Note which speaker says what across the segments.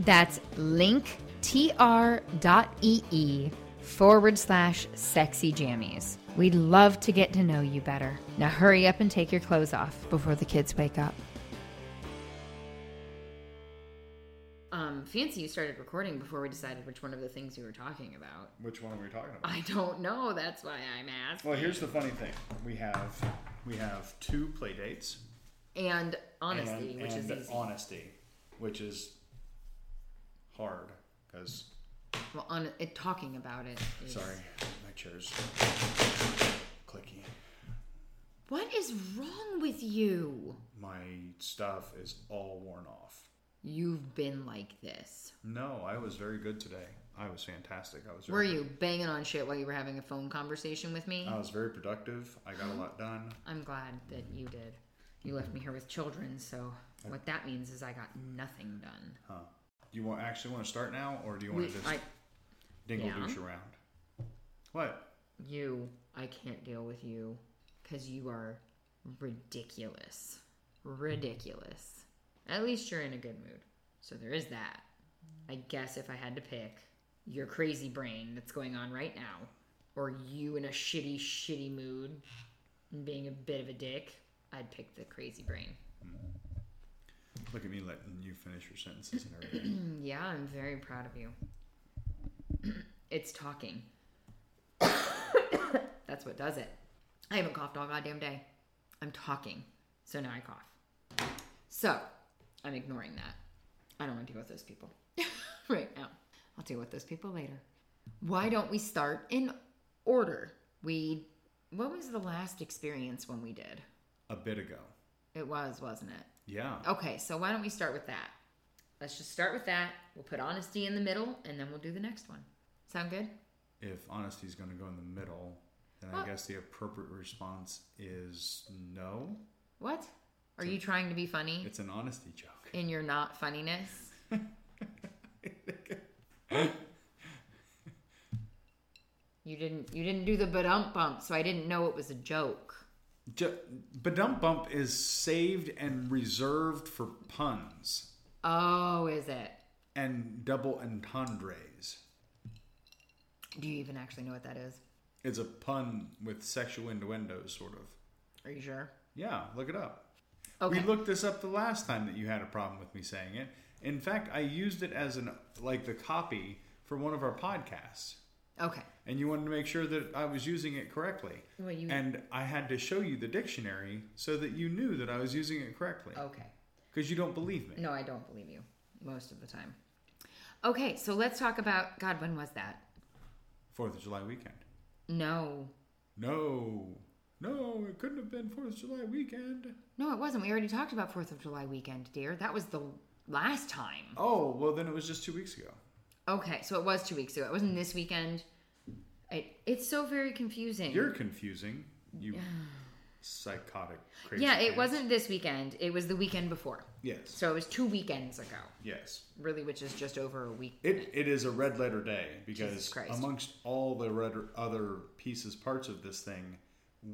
Speaker 1: That's linktr.ee E forward slash sexy jammies. We'd love to get to know you better. Now hurry up and take your clothes off before the kids wake up. Um, Fancy, you started recording before we decided which one of the things we were talking about.
Speaker 2: Which one are we talking about?
Speaker 1: I don't know. That's why I'm asked.
Speaker 2: Well, here's the funny thing. We have we have two play dates.
Speaker 1: And honesty,
Speaker 2: and,
Speaker 1: which
Speaker 2: and
Speaker 1: is easy.
Speaker 2: honesty, which is hard because
Speaker 1: well, on it, talking about it. is-
Speaker 2: sorry, my chair's clicky.
Speaker 1: What is wrong with you?
Speaker 2: My stuff is all worn off.
Speaker 1: You've been like this.
Speaker 2: No, I was very good today. I was fantastic. I was. Very,
Speaker 1: Were you banging on shit while you were having a phone conversation with me?
Speaker 2: I was very productive. I got a lot done.
Speaker 1: I'm glad that you did. You left me here with children, so what that means is I got nothing done.
Speaker 2: Huh. Do you want actually want to start now, or do you
Speaker 1: We-
Speaker 2: want to just
Speaker 1: I,
Speaker 2: dingle
Speaker 1: yeah.
Speaker 2: douche around? What?
Speaker 1: you, I can't deal with you because you are ridiculous. Ridiculous. At least you're in a good mood. So there is that. I guess if I had to pick your crazy brain that's going on right now, or you in a shitty, shitty mood and being a bit of a dick, I'd pick the crazy brain.
Speaker 2: Look at me letting you finish your sentences and everything.
Speaker 1: Yeah, I'm very proud of you. it's talking. That's what does it. I haven't coughed all goddamn day. I'm talking. So now I cough. So I'm ignoring that. I don't want to deal with those people right now. I'll deal with those people later. Why don't we start in order? We, what was the last experience when we did?
Speaker 2: a bit ago.
Speaker 1: It was, wasn't it?
Speaker 2: Yeah.
Speaker 1: Okay, so why don't we start with that? Let's just start with that. We'll put honesty in the middle, and then we'll do the next one. Sound good?
Speaker 2: if honesty's going to go in the middle, then
Speaker 1: Well-
Speaker 2: I guess the appropriate response is no.
Speaker 1: What? Are you trying to be funny
Speaker 2: It's an honesty joke.
Speaker 1: in your not funniness? you didn't. You didn't do the badump bump, so I didn't know it was a joke.
Speaker 2: J- Badump bump is saved and reserved for puns
Speaker 1: Oh, is it?
Speaker 2: and double entendres.
Speaker 1: Do you even actually know what that is?
Speaker 2: It's a pun with sexual innuendos, sort of.
Speaker 1: Are you sure?
Speaker 2: Yeah, look it up.
Speaker 1: Okay.
Speaker 2: We looked this up the last time that you had a problem with me saying it. In fact, I used it as an like the copy for one of our podcasts.
Speaker 1: okay.
Speaker 2: and you wanted to make sure that I was using it correctly.
Speaker 1: Well, you-
Speaker 2: and I had to show you the dictionary so that you knew that I was using it correctly
Speaker 1: Okay.
Speaker 2: because you don't believe me.
Speaker 1: No, I don't believe you most of the time. Okay, so let's talk about God. When was that?
Speaker 2: Fourth of July weekend.
Speaker 1: No,
Speaker 2: No, no, it couldn't have been Fourth of July weekend.
Speaker 1: no, it wasn't. We already talked about Fourth of July weekend, dear. That was the last time.
Speaker 2: Oh, well, then it was just two weeks ago.
Speaker 1: Okay, so it was two weeks ago. It wasn't this weekend. It, it's so very confusing.
Speaker 2: You're confusing. You psychotic crazy.
Speaker 1: yeah, it
Speaker 2: pants.
Speaker 1: wasn't this weekend. It was the weekend before.
Speaker 2: Yes,
Speaker 1: So it was two weekends ago,
Speaker 2: yes.
Speaker 1: really, which is just over a week.
Speaker 2: It, it is a red letter day
Speaker 1: Jesus
Speaker 2: because
Speaker 1: Christ.
Speaker 2: amongst all the red other pieces parts of this thing,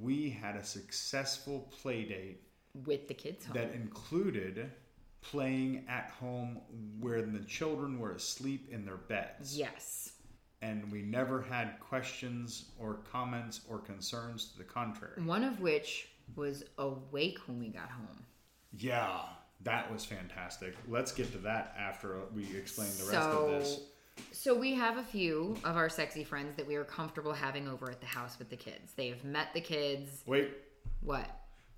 Speaker 2: we had a successful play date
Speaker 1: with the kids home.
Speaker 2: that included playing at home where the children were asleep in their beds.
Speaker 1: yes.
Speaker 2: And we never had questions or comments or concerns to the contrary.
Speaker 1: One of which was awake when we got home.
Speaker 2: Yeah, that was fantastic. Let's get to that after we explain the rest of this.
Speaker 1: So we have a few of our sexy friends that we are comfortable having over at the house with the kids. They have met the kids.
Speaker 2: Wait,
Speaker 1: What?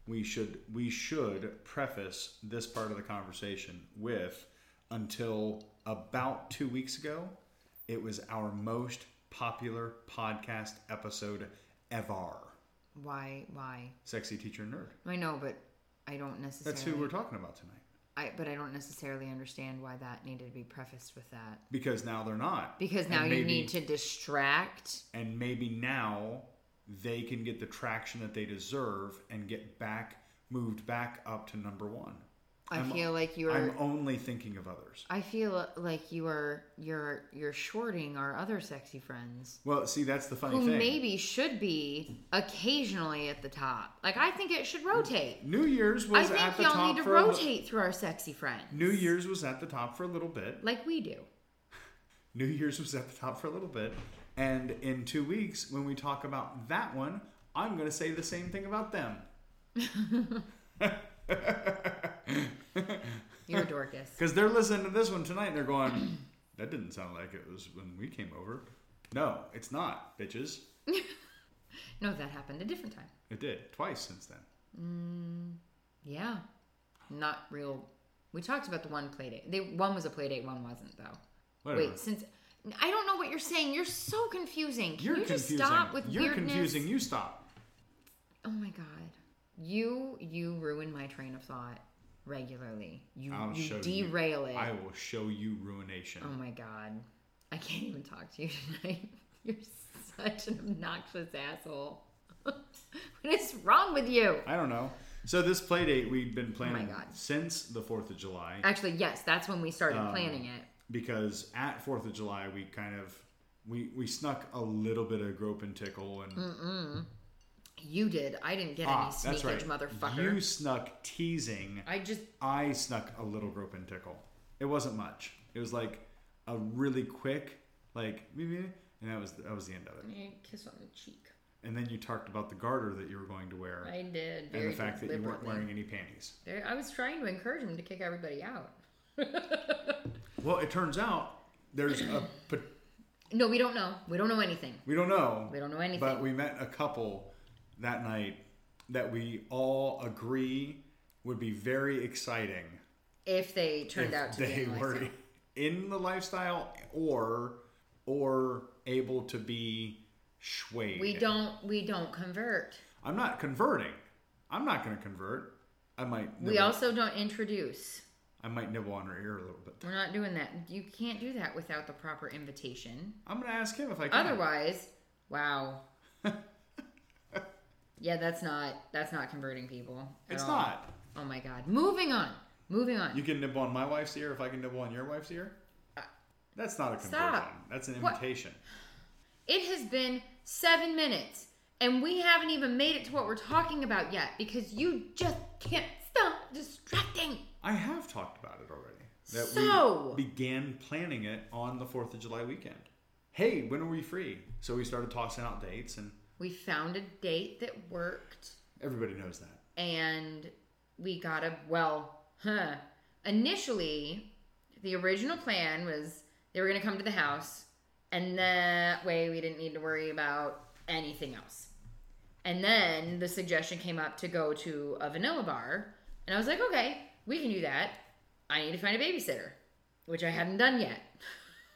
Speaker 2: we should we should preface this part of the conversation with until about 2 weeks ago it was our most popular podcast episode ever
Speaker 1: Why? Why?
Speaker 2: sexy teacher and nerd
Speaker 1: I know, but I don't necessarily.
Speaker 2: that's who we're talking about tonight
Speaker 1: I, but I don't necessarily understand why that needed to be prefaced with that.
Speaker 2: because now they're not
Speaker 1: Because
Speaker 2: And
Speaker 1: now you
Speaker 2: maybe-
Speaker 1: need to distract.
Speaker 2: and maybe now they can get the traction that they deserve and get back moved back up to number 1
Speaker 1: I
Speaker 2: I'm-
Speaker 1: feel like you are.
Speaker 2: I'm only thinking of others
Speaker 1: I feel like you are. You're. You're shorting our other sexy friends.
Speaker 2: Well, see, that's the funny
Speaker 1: Who
Speaker 2: thing.
Speaker 1: maybe should be occasionally at the top. Like I think it should rotate.
Speaker 2: New Year's
Speaker 1: I
Speaker 2: was at
Speaker 1: think
Speaker 2: the
Speaker 1: y'all
Speaker 2: top
Speaker 1: need to
Speaker 2: for a li-
Speaker 1: rotate through our sexy friends.
Speaker 2: New Year's was at the top for a little bit.
Speaker 1: like we do.
Speaker 2: New Year's was at the top for a little bit, and in two weeks, when we talk about that one, I'm going to say the same thing about them.
Speaker 1: You're a Dorcas.
Speaker 2: Because they're listening to this one tonight, and they're going, "That didn't sound like it was when we came over." No, it's not, bitches.
Speaker 1: No, that happened a different time.
Speaker 2: It did twice since then.
Speaker 1: Yeah. Not real. We talked about the one play date. They, one was a play date, one wasn't, though.
Speaker 2: Whatever.
Speaker 1: Wait, since. I don't know what you're saying. You're so confusing. Can
Speaker 2: You're
Speaker 1: you just
Speaker 2: confusing.
Speaker 1: stop with
Speaker 2: You're
Speaker 1: weirdness?
Speaker 2: confusing. You stop.
Speaker 1: Oh my god. You you ruin my train of thought regularly. You
Speaker 2: I'll
Speaker 1: you
Speaker 2: show you.
Speaker 1: derail it.
Speaker 2: I will show you ruination.
Speaker 1: Oh my god. I can't even talk to you tonight. You're such an obnoxious asshole. what is wrong with you?
Speaker 2: I don't know. So this play date we've been planning
Speaker 1: Oh God. Uh,
Speaker 2: since the Fourth of July
Speaker 1: Actually, yes, that's when we started
Speaker 2: Um,
Speaker 1: planning it.
Speaker 2: because at Fourth of July we kind of we we snuck a little bit of grope and tickle and
Speaker 1: Mm, You did. I didn't get
Speaker 2: ah,
Speaker 1: any
Speaker 2: that's
Speaker 1: sneakage,
Speaker 2: right,
Speaker 1: motherfucker.
Speaker 2: You snuck teasing.
Speaker 1: I just
Speaker 2: I snuck a little grope and tickle. It wasn't much. It was like a really quick like meh, meh, and that was that was the end of it.
Speaker 1: eh, kiss on the cheek.
Speaker 2: And then you talked about the garter that you were going to wear
Speaker 1: I did. Very
Speaker 2: and the fact that you weren't
Speaker 1: deliberately.
Speaker 2: wearing any panties.
Speaker 1: Very- I was trying to encourage him to kick everybody out.
Speaker 2: Well, it turns out there's a pot-
Speaker 1: No, we don't know. We don't know anything.
Speaker 2: We don't know.
Speaker 1: We don't know anything.
Speaker 2: But we met a couple that night that we all agree would be very exciting.
Speaker 1: If they turned
Speaker 2: if
Speaker 1: out to
Speaker 2: they
Speaker 1: be in
Speaker 2: were
Speaker 1: Lysol.
Speaker 2: in the lifestyle or or able to be swayed.
Speaker 1: we don't we don't convert.
Speaker 2: I'm not converting. I'm not going to convert. I might. Nibble,
Speaker 1: We also don't introduce.
Speaker 2: I might nibble on her ear a little bit.
Speaker 1: We're not doing that. You can't do that without the proper invitation.
Speaker 2: I'm going to ask him if I can.
Speaker 1: Otherwise, wow. yeah, that's not that's not converting people. at
Speaker 2: it's
Speaker 1: all.
Speaker 2: not.
Speaker 1: Oh my god. Moving on. Moving on.
Speaker 2: You can nibble on my wife's ear if I can nibble on your wife's ear.
Speaker 1: Uh,
Speaker 2: That's not a conversion.
Speaker 1: stop.
Speaker 2: That's an
Speaker 1: What?
Speaker 2: invitation.
Speaker 1: It has been seven minutes, and we haven't even made it to what we're talking about yet because you just can't stop distracting.
Speaker 2: I have talked about it already. That
Speaker 1: So-
Speaker 2: we began planning it on the 4th of July weekend. Hey, when are we free? So we started tossing out dates, and
Speaker 1: We found a date that worked,
Speaker 2: everybody knows that.
Speaker 1: and we got a well, huh. Initially, the original plan was they were going to come to the house, and that way we didn't need to worry about anything else. And then the suggestion came up to go to a vanilla bar. And I was like, okay, we can do that. I need to find a babysitter, which I hadn't done yet.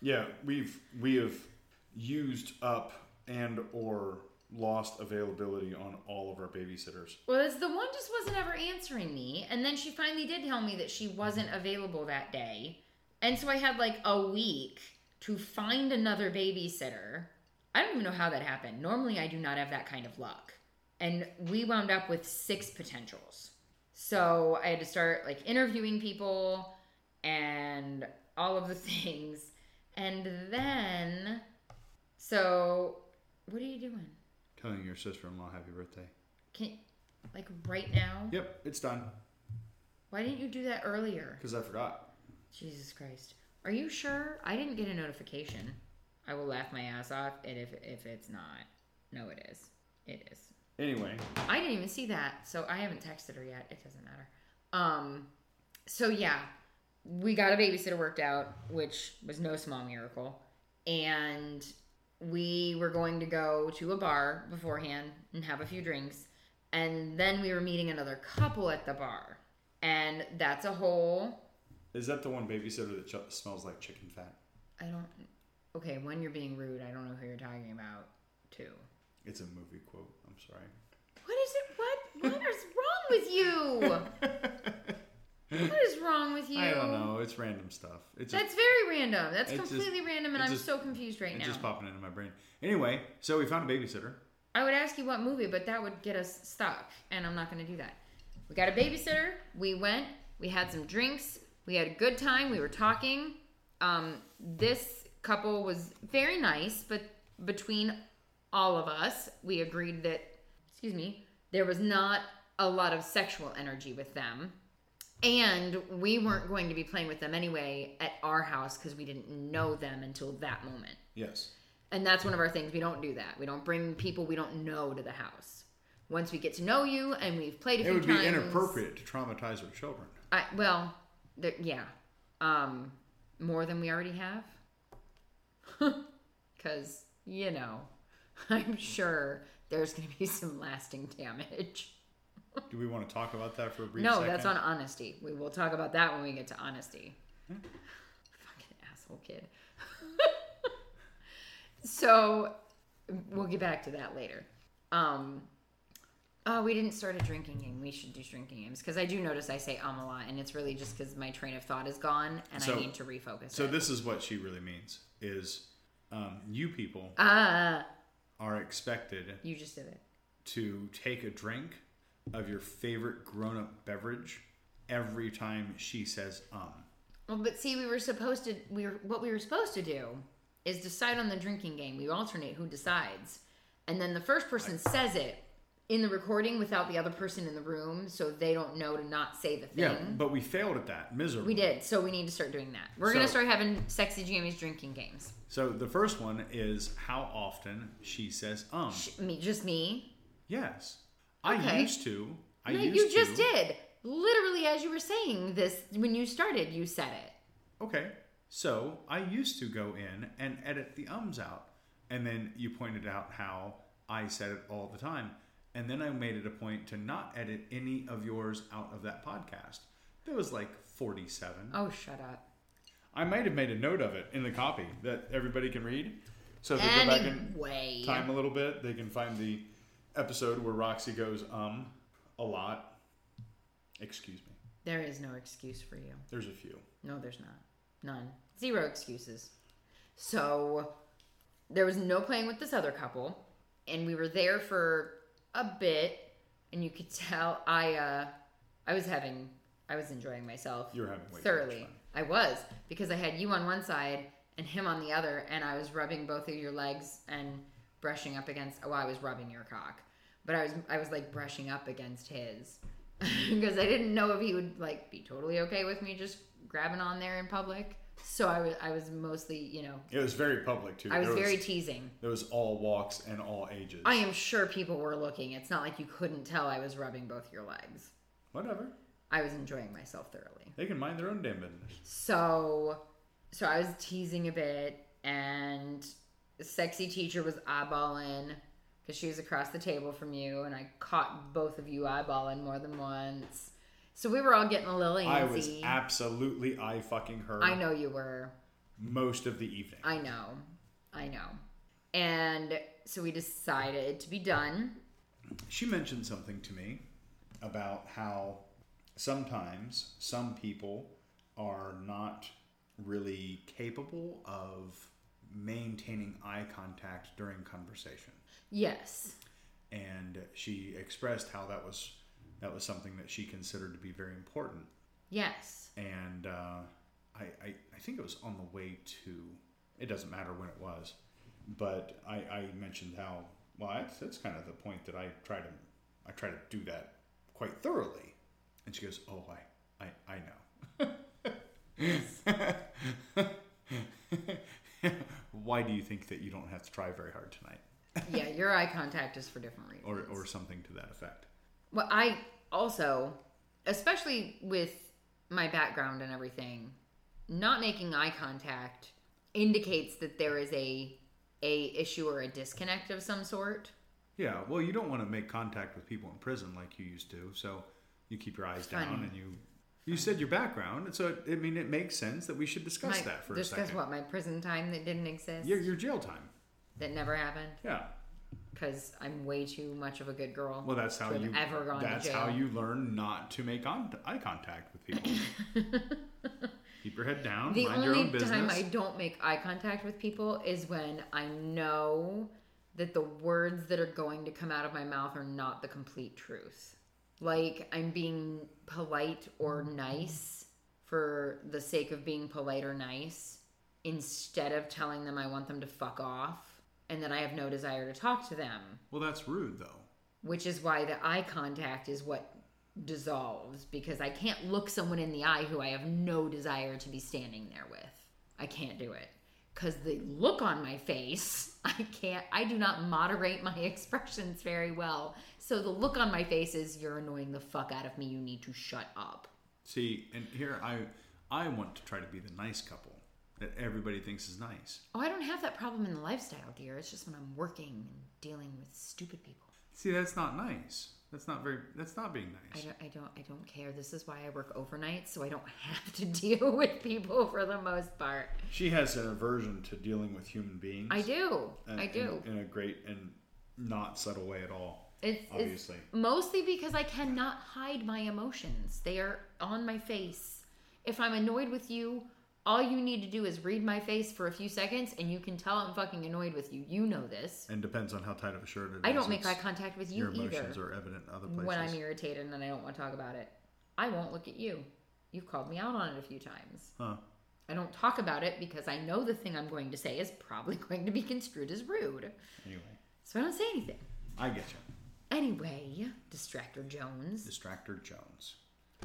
Speaker 2: Yeah, we've we have used up and or lost availability on all of our babysitters.
Speaker 1: Well, it's the one just wasn't ever answering me. And then she finally did tell me that she wasn't available that day. And so I had like a week to find another babysitter. I don't even know how that happened. Normally, I do not have that kind of luck. And we wound up with six potentials. So I had to start like interviewing people and all of the things. And then, so what are you doing?
Speaker 2: Telling your sister-in-law happy birthday.
Speaker 1: Can like right now?
Speaker 2: Yep, it's done
Speaker 1: Why didn't you do that earlier?
Speaker 2: because I forgot.
Speaker 1: Jesus Christ. Are you sure? I didn't get a notification. I will laugh my ass off and if if it's not. No it is. It is.
Speaker 2: Anyway,
Speaker 1: I didn't even see that, so I haven't texted her yet. It doesn't matter. Um so yeah, we got a babysitter worked out, which was no small miracle. And we were going to go to a bar beforehand and have a few drinks. And then we were meeting another couple at the bar. And that's a whole.
Speaker 2: Is that the one babysitter that ch- smells like chicken fat?
Speaker 1: I don't. Okay, one, you're being rude. I don't know who you're talking about. Two.
Speaker 2: It's a movie quote. I'm sorry.
Speaker 1: What is it? What? What is wrong with you? What is wrong with you?
Speaker 2: I don't know. It's random stuff. It's just,
Speaker 1: That's very random. That's
Speaker 2: It just-
Speaker 1: completely random, and
Speaker 2: it
Speaker 1: I'm
Speaker 2: just-
Speaker 1: so confused right
Speaker 2: it's
Speaker 1: now.
Speaker 2: just popping into my brain. Anyway, so we found a babysitter.
Speaker 1: I would ask you what movie, but that would get us stuck, and I'm not going to do that. We got a babysitter. We went. We had some drinks. We had a good time. We were talking. Um, this couple was very nice, but between all of us, we agreed that, excuse me, there was not a lot of sexual energy with them. And we weren't going to be playing with them anyway at our house because we didn't know them until that moment.
Speaker 2: Yes.
Speaker 1: And that's one of our things. We don't do that. We don't bring people we don't know to the house. Once we get to know you and we've played a
Speaker 2: It
Speaker 1: few
Speaker 2: would be
Speaker 1: times,
Speaker 2: inappropriate to traumatize our children.
Speaker 1: I, well, there, yeah, um, more than we already have, because you know, I'm sure there's going to be some lasting damage.
Speaker 2: Do we want to talk about that for a brief
Speaker 1: No,
Speaker 2: second?
Speaker 1: that's on honesty. We will talk about that when we get to honesty.
Speaker 2: Hmm.
Speaker 1: Fucking asshole kid. so we'll get back to that later. Um Oh, we didn't start a drinking game. We should do drinking games because I do notice I say um a lot, and it's really just because my train of thought is gone and
Speaker 2: So-
Speaker 1: I need to refocus.
Speaker 2: So
Speaker 1: it.
Speaker 2: this is what she really means: is um, you people
Speaker 1: ah,
Speaker 2: are expected
Speaker 1: you just did it.
Speaker 2: to take a drink of your favorite grown-up beverage every time she says "um."
Speaker 1: Well, but see, we were supposed to. We were what we were supposed to do is decide on the drinking game. We alternate who decides, and then the first person says it in the recording without the other person in the room, so they don't know to not say the thing.
Speaker 2: Yeah, but we failed at that miserably.
Speaker 1: We did, so we need to start doing that. We're gonna
Speaker 2: So-
Speaker 1: start having sexy Jamie's drinking games.
Speaker 2: So the first one is how often she says "um."
Speaker 1: Sh- Me, just me.
Speaker 2: yes, I
Speaker 1: Okay.
Speaker 2: used to. I
Speaker 1: No,
Speaker 2: used
Speaker 1: you just
Speaker 2: to.
Speaker 1: did. Literally, as you were saying this when you started, you said it.
Speaker 2: Okay, so I used to go in and edit the ums out, and then you pointed out how I said it all the time, and then I made it a point to not edit any of yours out of that podcast. There was like forty-seven.
Speaker 1: Oh, shut up.
Speaker 2: I might have made a note of it in the copy that everybody can read. So if they go back in
Speaker 1: Anyway,
Speaker 2: time a little bit, they can find the episode where Roxy goes um a lot. Excuse me.
Speaker 1: there is no excuse for you.
Speaker 2: There's a few.
Speaker 1: No, there's not. None. Zero excuses. So there was no playing with this other couple, and we were there for a bit, and you could tell I uh I was having I was enjoying myself
Speaker 2: You're having way too much
Speaker 1: thoroughly.
Speaker 2: fun.
Speaker 1: I was because I had you on one side and him on the other, and I was rubbing both of your legs and brushing up against. Oh, I was rubbing your cock, but I was I was like brushing up against his because I didn't know if he would like be totally okay with me just grabbing on there in public. So I was I was mostly you know
Speaker 2: It was very public too.
Speaker 1: I was
Speaker 2: There
Speaker 1: very teasing.
Speaker 2: It was all walks and all ages.
Speaker 1: I am sure people were looking. It's not like you couldn't tell I was rubbing both your legs.
Speaker 2: Whatever.
Speaker 1: I was enjoying myself thoroughly.
Speaker 2: They can mind their own damn business.
Speaker 1: So, so I was teasing a bit, and the sexy teacher was eyeballing because she was across the table from you, and I caught both of you eyeballing more than once. So we were all getting a little antsy.
Speaker 2: I was absolutely eye fucking her
Speaker 1: I know you were.
Speaker 2: most of the evening.
Speaker 1: I know. I know. And so we decided to be done.
Speaker 2: She mentioned something to me about how sometimes some people are not really capable of maintaining eye contact during conversation.
Speaker 1: Yes.
Speaker 2: And she expressed how that was that was something that she considered to be very important.
Speaker 1: Yes.
Speaker 2: and uh, I, I I think it was on the way to. It doesn't matter when it was, but I, I mentioned how well that's, that's kind of the point that I try to I try to do that quite thoroughly, and she goes, "Oh, I I, I know." Why do you think that you don't have to try very hard tonight,
Speaker 1: Yeah, your eye contact is for different reasons.
Speaker 2: or or something to that effect?
Speaker 1: Well, I also, especially with my background and everything, not making eye contact indicates that there is a a issue or a disconnect of some sort.
Speaker 2: Yeah, well, you don't want to make contact with people in prison like you used to, so you keep your eyes down
Speaker 1: Fun.
Speaker 2: and you you said your background, and so I mean it makes sense that we should discuss
Speaker 1: My-
Speaker 2: that for
Speaker 1: discuss
Speaker 2: a second.
Speaker 1: what my prison time that didn't exist
Speaker 2: Your your jail time.
Speaker 1: that never happened
Speaker 2: Yeah.
Speaker 1: because I'm way too much of a good girl.
Speaker 2: Well, that's how
Speaker 1: to have
Speaker 2: you
Speaker 1: ever gone
Speaker 2: that's
Speaker 1: to jail.
Speaker 2: how you learn not to make on, eye contact with people. keep your head down,
Speaker 1: The
Speaker 2: mind your own
Speaker 1: only
Speaker 2: business.
Speaker 1: time I don't make eye contact with people is when I know that the words that are going to come out of my mouth are not the complete truth. Like I'm being polite or nice for the sake of being polite or nice instead of telling them I want them to fuck off and that I have no desire to talk to them,
Speaker 2: Well, that's rude though.
Speaker 1: which is why the eye contact is what dissolves because I can't look someone in the eye who I have no desire to be standing there with. I can't do it because the look on my face, I can't, I do not moderate my expressions very well. So the look on my face is, you're annoying the fuck out of me, you need to shut up.
Speaker 2: See, and here I I want to try to be the nice couple that everybody thinks is nice.
Speaker 1: Oh, I don't have that problem in the lifestyle, dear. It's just when I'm working and dealing with stupid people.
Speaker 2: See, that's not nice. That's not very that's not being
Speaker 1: I
Speaker 2: nice.
Speaker 1: don't, I don't, I don't care. This is why I work overnight, so I don't have to deal with people for the most part.
Speaker 2: She has an aversion to dealing with human beings.
Speaker 1: I do,
Speaker 2: and-
Speaker 1: I do.
Speaker 2: in, in a great and not subtle way at all.
Speaker 1: It's, it's
Speaker 2: Obviously.
Speaker 1: mostly because I cannot hide my emotions. They are on my face. If I'm annoyed with you, all you need to do is read my face for a few seconds and you can tell I'm fucking annoyed with you. You know this.
Speaker 2: And depends on how tight of a shirt it is.
Speaker 1: I don't make eye
Speaker 2: It's-
Speaker 1: contact with
Speaker 2: Your
Speaker 1: you
Speaker 2: emotions
Speaker 1: either
Speaker 2: are evident in other places.
Speaker 1: when I'm irritated and I don't want to talk about it. I won't look at you. You've called me out on it a few times.
Speaker 2: huh.
Speaker 1: I don't talk about it because I know the thing I'm going to say is probably going to be construed as rude.
Speaker 2: Anyway,
Speaker 1: So I don't say anything.
Speaker 2: I get you.
Speaker 1: Anyway, Distractor Jones.
Speaker 2: Distractor Jones.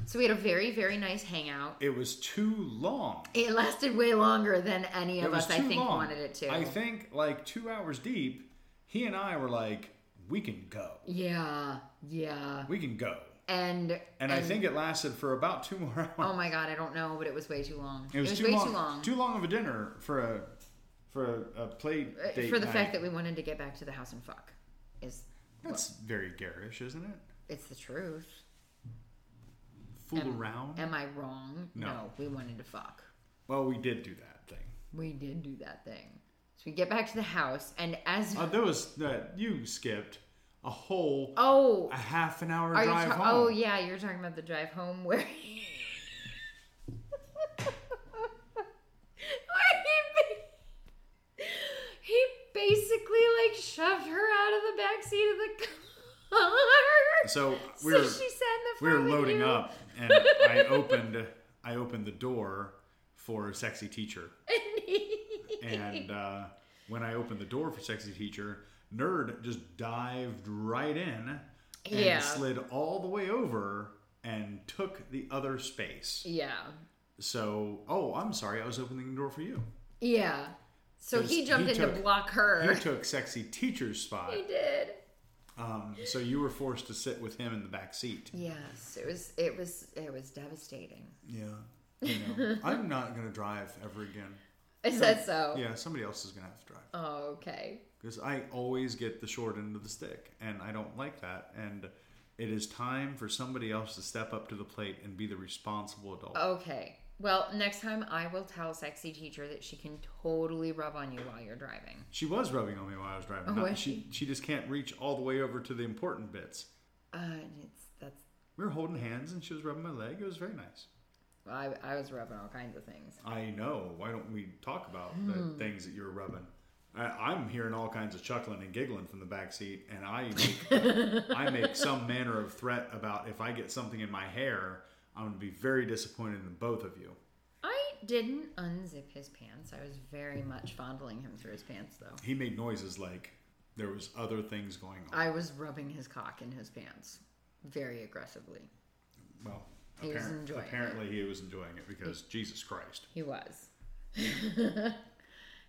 Speaker 1: So we had a very, very nice hangout.
Speaker 2: It was too long.
Speaker 1: It lasted way longer than any
Speaker 2: It
Speaker 1: of
Speaker 2: was
Speaker 1: us,
Speaker 2: too
Speaker 1: I think,
Speaker 2: long.
Speaker 1: wanted it to.
Speaker 2: I think like two hours deep, he and I were like, "We can go.
Speaker 1: yeah, yeah.
Speaker 2: We can go."
Speaker 1: And,
Speaker 2: And, I think it lasted for about two more hours.
Speaker 1: oh my god, I don't know, but it was way too long.
Speaker 2: it was, too,
Speaker 1: way
Speaker 2: long,
Speaker 1: too long
Speaker 2: Too long of a dinner for a for a, a plate
Speaker 1: uh,
Speaker 2: date
Speaker 1: for the
Speaker 2: night.
Speaker 1: fact that we wanted to get back to the house and fuck. Is
Speaker 2: that's very garish, isn't it?
Speaker 1: it's the truth?
Speaker 2: Fool
Speaker 1: Am-
Speaker 2: around.
Speaker 1: Am I wrong?
Speaker 2: No.
Speaker 1: we wanted to fuck.
Speaker 2: well, we did do that thing.
Speaker 1: We did do that thing. So we get back to the house, and as
Speaker 2: Uh, there was that you skipped a whole
Speaker 1: oh,
Speaker 2: a half an hour
Speaker 1: are you?
Speaker 2: drive
Speaker 1: Ta-
Speaker 2: home.
Speaker 1: oh yeah, you're talking about the drive home where. Where he ba- He basically like shoved her out of the back seat of the car.
Speaker 2: So we
Speaker 1: So
Speaker 2: were
Speaker 1: she sat in the
Speaker 2: we were
Speaker 1: front with
Speaker 2: loading
Speaker 1: you.
Speaker 2: up, and I opened I opened the door for sexy teacher,
Speaker 1: And he-
Speaker 2: and uh, when I opened the door for sexy teacher, nerd just dived right in and
Speaker 1: Yeah.
Speaker 2: slid all the way over and took the other space.
Speaker 1: yeah,
Speaker 2: So oh, I'm sorry, I was opening the door for you.
Speaker 1: yeah. So
Speaker 2: Because
Speaker 1: he jumped
Speaker 2: he
Speaker 1: in to
Speaker 2: took-
Speaker 1: block her.
Speaker 2: You took sexy teacher's spot,
Speaker 1: he did.
Speaker 2: um, so you were forced to sit with him in the back seat.
Speaker 1: Yes, it was. It was. It was devastating.
Speaker 2: Yeah. You know, I'm not gonna drive ever again.
Speaker 1: Is that so?
Speaker 2: Yeah, somebody else is gonna have to drive
Speaker 1: Oh, okay.
Speaker 2: because I always get the short end of the stick, and I don't like that. And it is time for somebody else to step up to the plate and be the responsible adult.
Speaker 1: Oh. Okay. Well, next time I will tell sexy teacher that she can totally rub on you while you're driving.
Speaker 2: She was rubbing on me while I was driving.
Speaker 1: Oh,
Speaker 2: Not-
Speaker 1: was
Speaker 2: she she just can't reach all the way over to the important bits.
Speaker 1: Uh, and it's that's
Speaker 2: We were holding hands, and she was rubbing my leg. It was very nice.
Speaker 1: well, I, I was rubbing all kinds of things.
Speaker 2: I know. Why don't we talk about the
Speaker 1: Hmm.
Speaker 2: things that you were rubbing? I, I'm hearing all kinds of chuckling and giggling from the back seat, and I make, I make some manner of threat about if I get something in my hair, I'm going to be very disappointed in both of you.
Speaker 1: I didn't unzip his pants. I was very much fondling him through his pants, though.
Speaker 2: He made noises like there was other things going on.
Speaker 1: I was rubbing his cock in his pants very aggressively.
Speaker 2: well,
Speaker 1: He was
Speaker 2: apparent-
Speaker 1: enjoying it.
Speaker 2: apparently he was enjoying it because Jesus Christ
Speaker 1: He was. it,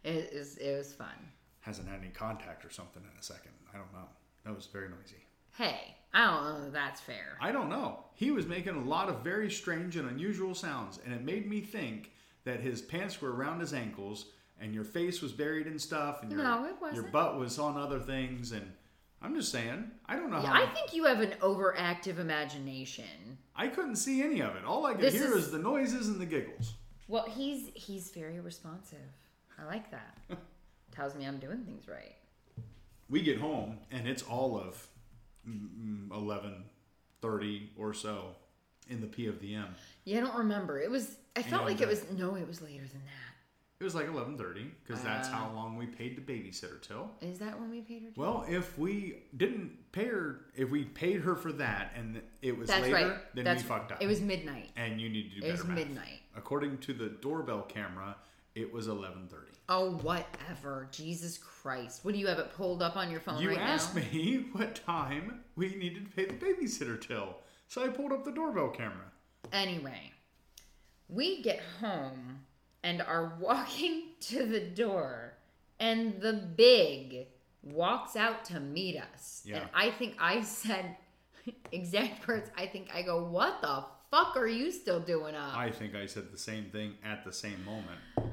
Speaker 1: is, it was fun.
Speaker 2: hasn't had any contact or something in a second. I don't know. That was very noisy.
Speaker 1: Hey, I don't know that that's fair.
Speaker 2: I don't know. He was making a lot of very strange and unusual sounds, and it made me think that his pants were around his ankles, and your face was buried in stuff, and your
Speaker 1: No, it wasn't.
Speaker 2: your butt was on other things, and I'm just saying. I um, don't know
Speaker 1: Yeah,
Speaker 2: how.
Speaker 1: I think you have an overactive imagination.
Speaker 2: I couldn't see any of it. All I could
Speaker 1: This
Speaker 2: hear
Speaker 1: is-
Speaker 2: is... the noises and the giggles.
Speaker 1: Well, he's he's very responsive. I like that. Tells me I'm doing things right.
Speaker 2: We get home and it's all of mm, eleven thirty or so in the P of the M.
Speaker 1: Yeah, I don't remember. It was. I felt
Speaker 2: Hang on
Speaker 1: like it
Speaker 2: to
Speaker 1: was. No, it was later than that.
Speaker 2: It was like eleven thirty because that's how long we paid the babysitter till.
Speaker 1: Is that when we paid her?
Speaker 2: Well, if we didn't pay her, if we paid her for that and it was
Speaker 1: That's
Speaker 2: later,
Speaker 1: right.
Speaker 2: then
Speaker 1: That's
Speaker 2: we fucked up.
Speaker 1: It was midnight.
Speaker 2: and you need to do
Speaker 1: It
Speaker 2: better
Speaker 1: was
Speaker 2: math.
Speaker 1: midnight.
Speaker 2: According to the doorbell camera, it was eleven thirty.
Speaker 1: Oh, whatever. Jesus Christ. What do you have it pulled up on your phone
Speaker 2: You
Speaker 1: right
Speaker 2: asked
Speaker 1: now?
Speaker 2: me what time we needed to pay the babysitter till, so I pulled up the doorbell camera.
Speaker 1: Anyway, we get home and are walking to the door, and the big walks out to meet us.
Speaker 2: Yeah.
Speaker 1: And I think I said exact words. I think I go, What the fuck are you still doing up?
Speaker 2: I think I said the same thing at the same moment.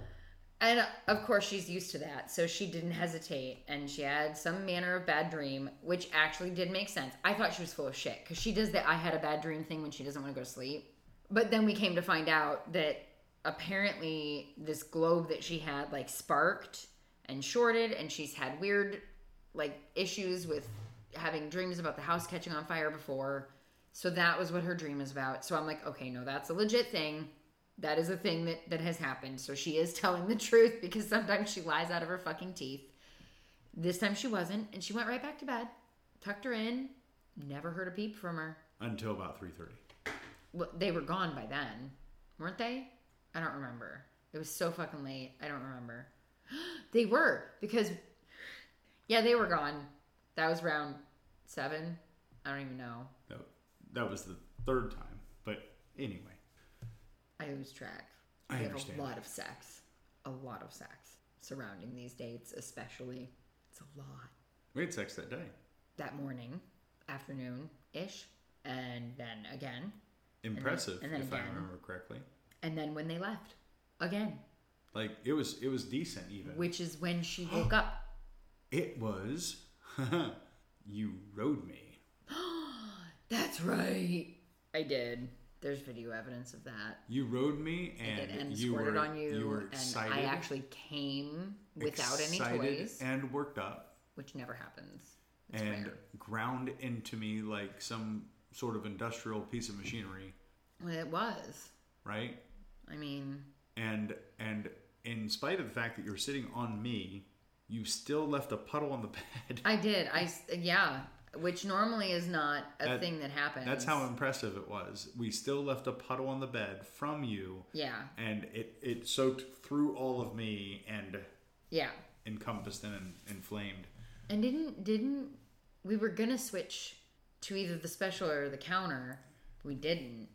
Speaker 1: And uh, of course, she's used to that, so she didn't hesitate, and she had some manner of bad dream, which actually did make sense. I thought she was full of shit because she does the I had a bad dream thing when she doesn't want to go to sleep. But then we came to find out that apparently this globe that she had like sparked and shorted, and she's had weird like issues with having dreams about the house catching on fire before. So that was what her dream is about. So I'm like, okay, no, that's a legit thing. That is a thing that that has happened. So she is telling the truth because sometimes she lies out of her fucking teeth. This time she wasn't, and she went right back to bed, tucked her in, never heard a peep from her.
Speaker 2: Until about three thirty.
Speaker 1: Well, they were gone by then, weren't they? I don't remember. It was so fucking late. I don't remember. they were because, yeah, they were gone. That was round seven. I don't even know.
Speaker 2: That, that was the third time. But anyway,
Speaker 1: I lose track.
Speaker 2: I
Speaker 1: we
Speaker 2: understand.
Speaker 1: have a lot of sex. A lot of sex surrounding these dates, especially. It's a lot.
Speaker 2: we had sex that day
Speaker 1: That morning, afternoon ish, and then again,
Speaker 2: impressive
Speaker 1: and then
Speaker 2: if i
Speaker 1: again.
Speaker 2: remember correctly
Speaker 1: and then when they left, again,
Speaker 2: like it was it was decent even
Speaker 1: which is when she woke up.
Speaker 2: it was you rode me
Speaker 1: That's right. I did. There's video evidence of that.
Speaker 2: you rode me
Speaker 1: I
Speaker 2: and,
Speaker 1: did, and
Speaker 2: you
Speaker 1: squirted
Speaker 2: were
Speaker 1: on you,
Speaker 2: you were
Speaker 1: and
Speaker 2: excited
Speaker 1: I actually came without any
Speaker 2: excited
Speaker 1: toys,
Speaker 2: and worked up
Speaker 1: which never happens. It's
Speaker 2: and
Speaker 1: rare.
Speaker 2: ground into me like some sort of industrial piece of machinery
Speaker 1: Well, it was.
Speaker 2: right
Speaker 1: I mean,
Speaker 2: and and in spite of the fact that you were sitting on me you still left a puddle on the bed
Speaker 1: I did. I s- yeah, which normally is not a
Speaker 2: That-
Speaker 1: thing that happens.
Speaker 2: That's how impressive it was. We still left a puddle on the bed from you,
Speaker 1: Yeah,
Speaker 2: and it, it soaked through all of me and
Speaker 1: yeah.
Speaker 2: encompassed and inflamed.
Speaker 1: And didn't didn't we were gonna switch to either the special or the counter? We didn't,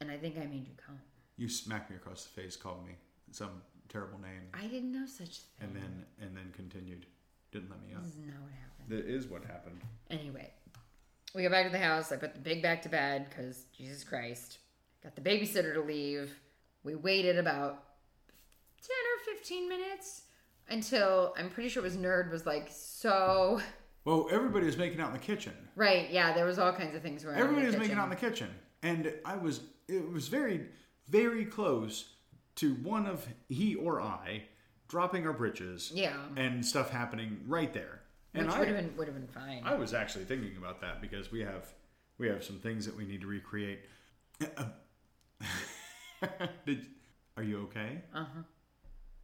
Speaker 1: and I think I made you come.
Speaker 2: You smacked me across the face, called me some terrible name,
Speaker 1: I didn't know such a
Speaker 2: and
Speaker 1: thing.
Speaker 2: then and then continued. Didn't let me up.
Speaker 1: This is not what happened.
Speaker 2: That is what happened.
Speaker 1: Anyway, we go back to the house. I put the big back to bed because Jesus Christ. Got the babysitter to leave. We waited about 10 or 15 minutes until I'm pretty sure it was Nerd was like, so.
Speaker 2: Well, everybody was making out in the kitchen.
Speaker 1: Right, yeah, there was all kinds of things going on. in the
Speaker 2: Everybody was making
Speaker 1: kitchen.
Speaker 2: out in the kitchen, and I was it was very very close to one of he or I dropping our britches.
Speaker 1: Yeah.
Speaker 2: and stuff happening right there. And
Speaker 1: Which would have
Speaker 2: I,
Speaker 1: been would have been fine.
Speaker 2: I was actually thinking about that because we have we have some things that we need to recreate. Uh, um, Did, are you okay?
Speaker 1: Uh huh.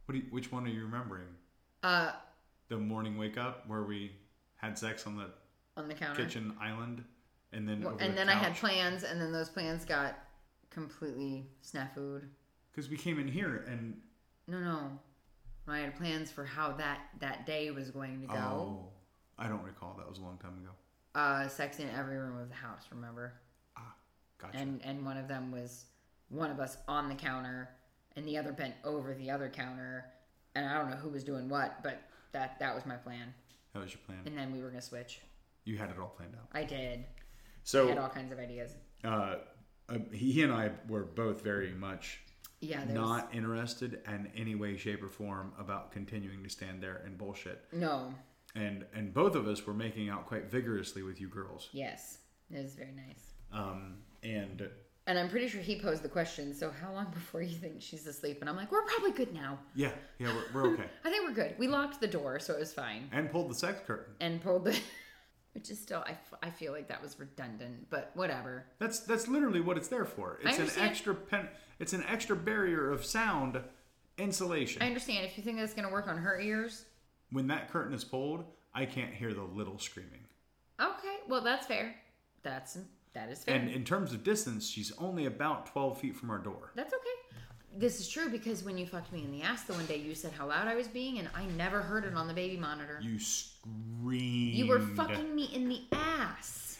Speaker 2: What do you, which one are you remembering?
Speaker 1: Uh,
Speaker 2: The morning wake up where we had sex on the
Speaker 1: on the counter.
Speaker 2: kitchen island, and then
Speaker 1: Uh-huh. Well,
Speaker 2: over
Speaker 1: and
Speaker 2: the
Speaker 1: then I had
Speaker 2: couch?
Speaker 1: plans, and then those plans got completely snafu'd.
Speaker 2: because we came in here and
Speaker 1: No, no. I had plans for how that that day was going to go.
Speaker 2: oh, I don't recall that was a long time ago.
Speaker 1: uh, sex in every room of the house. Remember,
Speaker 2: Ah, Gotcha.
Speaker 1: and and one of them was one of us on the counter, and the other bent over the other counter, and I don't know who was doing what, but that that was my plan.
Speaker 2: that was your plan.
Speaker 1: And then we were gonna switch.
Speaker 2: You had it all planned out.
Speaker 1: I did.
Speaker 2: So
Speaker 1: I had all kinds of ideas.
Speaker 2: uh, uh, he and I were both very much
Speaker 1: Yeah, there was,
Speaker 2: not interested in any way, shape, or form about continuing to stand there and bullshit.
Speaker 1: no.
Speaker 2: and and both of us were making out quite vigorously with you girls.
Speaker 1: Yes, it was very nice.
Speaker 2: Um, and
Speaker 1: And I'm pretty sure he posed the question. So how long before you think she's asleep? And I'm like, we're probably good now.
Speaker 2: yeah, yeah, we're, we're okay.
Speaker 1: I think we're good. We locked the door, so it was fine.
Speaker 2: and pulled the sex curtain.
Speaker 1: And pulled the, which is still I, f- I feel like that was redundant, but whatever.
Speaker 2: That's that's literally what it's there for. It's an
Speaker 1: understand.
Speaker 2: extra pen. It's an extra barrier of sound insulation.
Speaker 1: I understand if you think that's gonna work on her ears.
Speaker 2: when that curtain is pulled, I can't hear the little screaming.
Speaker 1: Okay, well that's fair. That's that is fair.
Speaker 2: And in terms of distance, she's only about twelve feet from our door.
Speaker 1: That's okay. This is true because when you fucked me in the ass the one day, you said how loud I was being, and I never heard it on the baby monitor.
Speaker 2: You screamed.
Speaker 1: You were fucking me in the ass.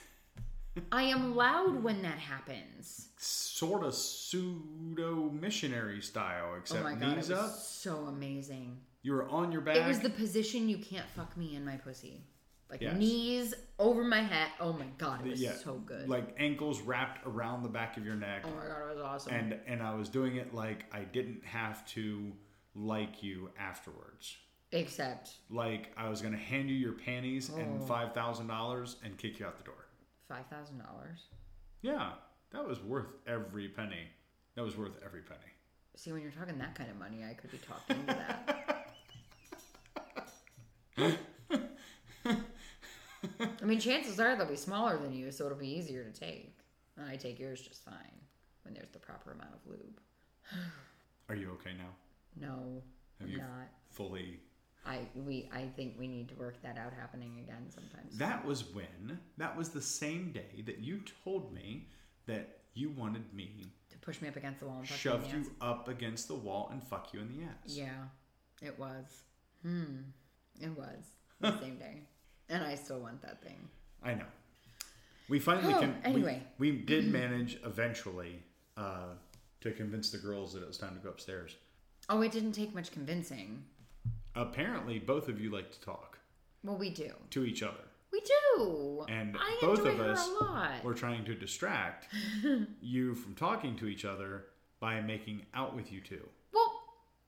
Speaker 1: I am loud when that happens.
Speaker 2: sort of pseudo missionary style,
Speaker 1: Oh
Speaker 2: except
Speaker 1: my god, it
Speaker 2: knees
Speaker 1: was
Speaker 2: up.
Speaker 1: so amazing.
Speaker 2: You were on your back.
Speaker 1: It was the position you can't fuck me in my pussy. Like
Speaker 2: Yes.
Speaker 1: knees over my head. Oh my god, it was
Speaker 2: yeah,
Speaker 1: so good.
Speaker 2: Like ankles wrapped around the back of your neck.
Speaker 1: oh my god, it was awesome.
Speaker 2: and and I was doing it like I didn't have to like you afterwards.
Speaker 1: Except
Speaker 2: Like I was gonna hand you your panties and
Speaker 1: Oh.
Speaker 2: five thousand dollars and kick you out the door.
Speaker 1: five thousand dollars.
Speaker 2: Yeah, that was worth every penny. That was worth every penny.
Speaker 1: See, when you're talking that kind of money, I could be talking to that. I mean, chances are they'll be smaller than you, so it'll be easier to take. And I take yours just fine when there's the proper amount of lube.
Speaker 2: Are you okay now?
Speaker 1: No,
Speaker 2: Have you
Speaker 1: not.
Speaker 2: fully?
Speaker 1: I we I think we need to work that out happening again sometimes.
Speaker 2: That was when. That was the same day that you told me that you wanted me
Speaker 1: to push me up against the wall and fuck me in
Speaker 2: shove
Speaker 1: the
Speaker 2: you
Speaker 1: ass.
Speaker 2: up against the wall and fuck you in the ass.
Speaker 1: Yeah, it was. Hmm, it was the same day, and I still want that thing.
Speaker 2: I know. We finally
Speaker 1: Oh,
Speaker 2: can.
Speaker 1: anyway.
Speaker 2: we, we did manage eventually uh, to convince the girls that it was time to go upstairs.
Speaker 1: Oh, it didn't take much convincing.
Speaker 2: Apparently, both of you like to talk
Speaker 1: Well, we do.
Speaker 2: to each other,
Speaker 1: We do.
Speaker 2: and
Speaker 1: I
Speaker 2: both
Speaker 1: enjoy
Speaker 2: of
Speaker 1: her
Speaker 2: us
Speaker 1: a lot.
Speaker 2: were trying to distract you from talking to each other by making out with you two.
Speaker 1: Well,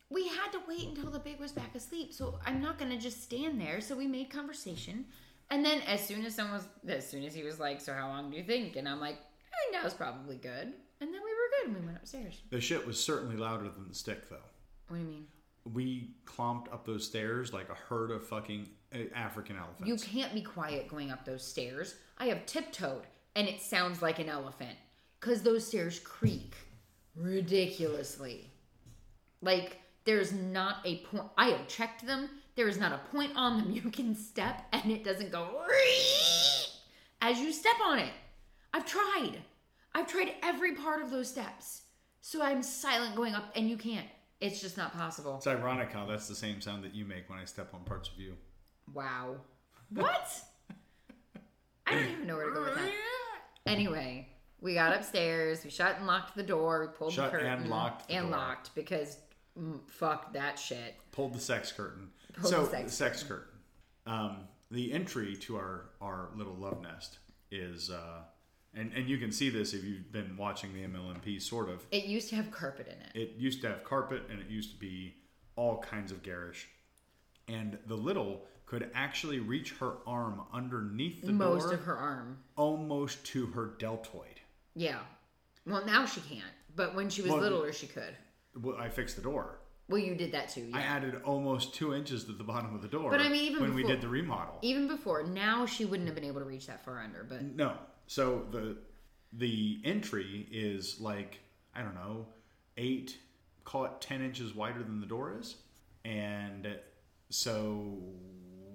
Speaker 1: we had to wait until the big was back asleep, so I'm not gonna just stand there. So we made conversation, and then as soon as someone was, as soon as he was like, "So how long do you think?" and I'm like, "I think that was probably good." And then we were good, and we went upstairs.
Speaker 2: The shit was certainly louder than the stick, though.
Speaker 1: What do you mean?
Speaker 2: We clomped up those stairs like a herd of fucking uh, African elephants.
Speaker 1: You can't be quiet going up those stairs. I have tiptoed, and it sounds like an elephant because those stairs creak ridiculously. Like, there's not a point. I have checked them. There is not a point on them you can step, and it doesn't go as you step on it. I've tried. I've tried every part of those steps. So I'm silent going up, and you can't. It's just not possible.
Speaker 2: it's ironic how that's the same sound that you make when I step on parts of you.
Speaker 1: Wow. What? I don't even know where to go with that. Anyway, we got upstairs. We shut and locked the door. We pulled
Speaker 2: Shut
Speaker 1: the
Speaker 2: and
Speaker 1: curtain
Speaker 2: locked the
Speaker 1: and
Speaker 2: door.
Speaker 1: locked because mm, fuck that shit.
Speaker 2: pulled the sex curtain.
Speaker 1: Pulled
Speaker 2: so
Speaker 1: the sex
Speaker 2: curtain. Um, the entry to our our little love nest is, uh, and and you can see this if you've been watching the MLMP. Sort of.
Speaker 1: It used to have carpet in it.
Speaker 2: It used to have carpet, and it used to be all kinds of garish. And the little could actually reach her arm underneath the
Speaker 1: Most
Speaker 2: door,
Speaker 1: of her arm.
Speaker 2: almost to her deltoid.
Speaker 1: Yeah. Well, now she can't. But when she was
Speaker 2: Well,
Speaker 1: littler, she could.
Speaker 2: Well, I fixed the door.
Speaker 1: Well, you did that too.
Speaker 2: I
Speaker 1: Yeah.
Speaker 2: added almost two inches to the bottom of the door.
Speaker 1: But I mean, even
Speaker 2: when we
Speaker 1: before- E-
Speaker 2: did the remodel,
Speaker 1: Even before now, she wouldn't have been able to reach that far under. But
Speaker 2: No. So the the entry is like I don't know, eight, call it ten inches wider than the door is, and so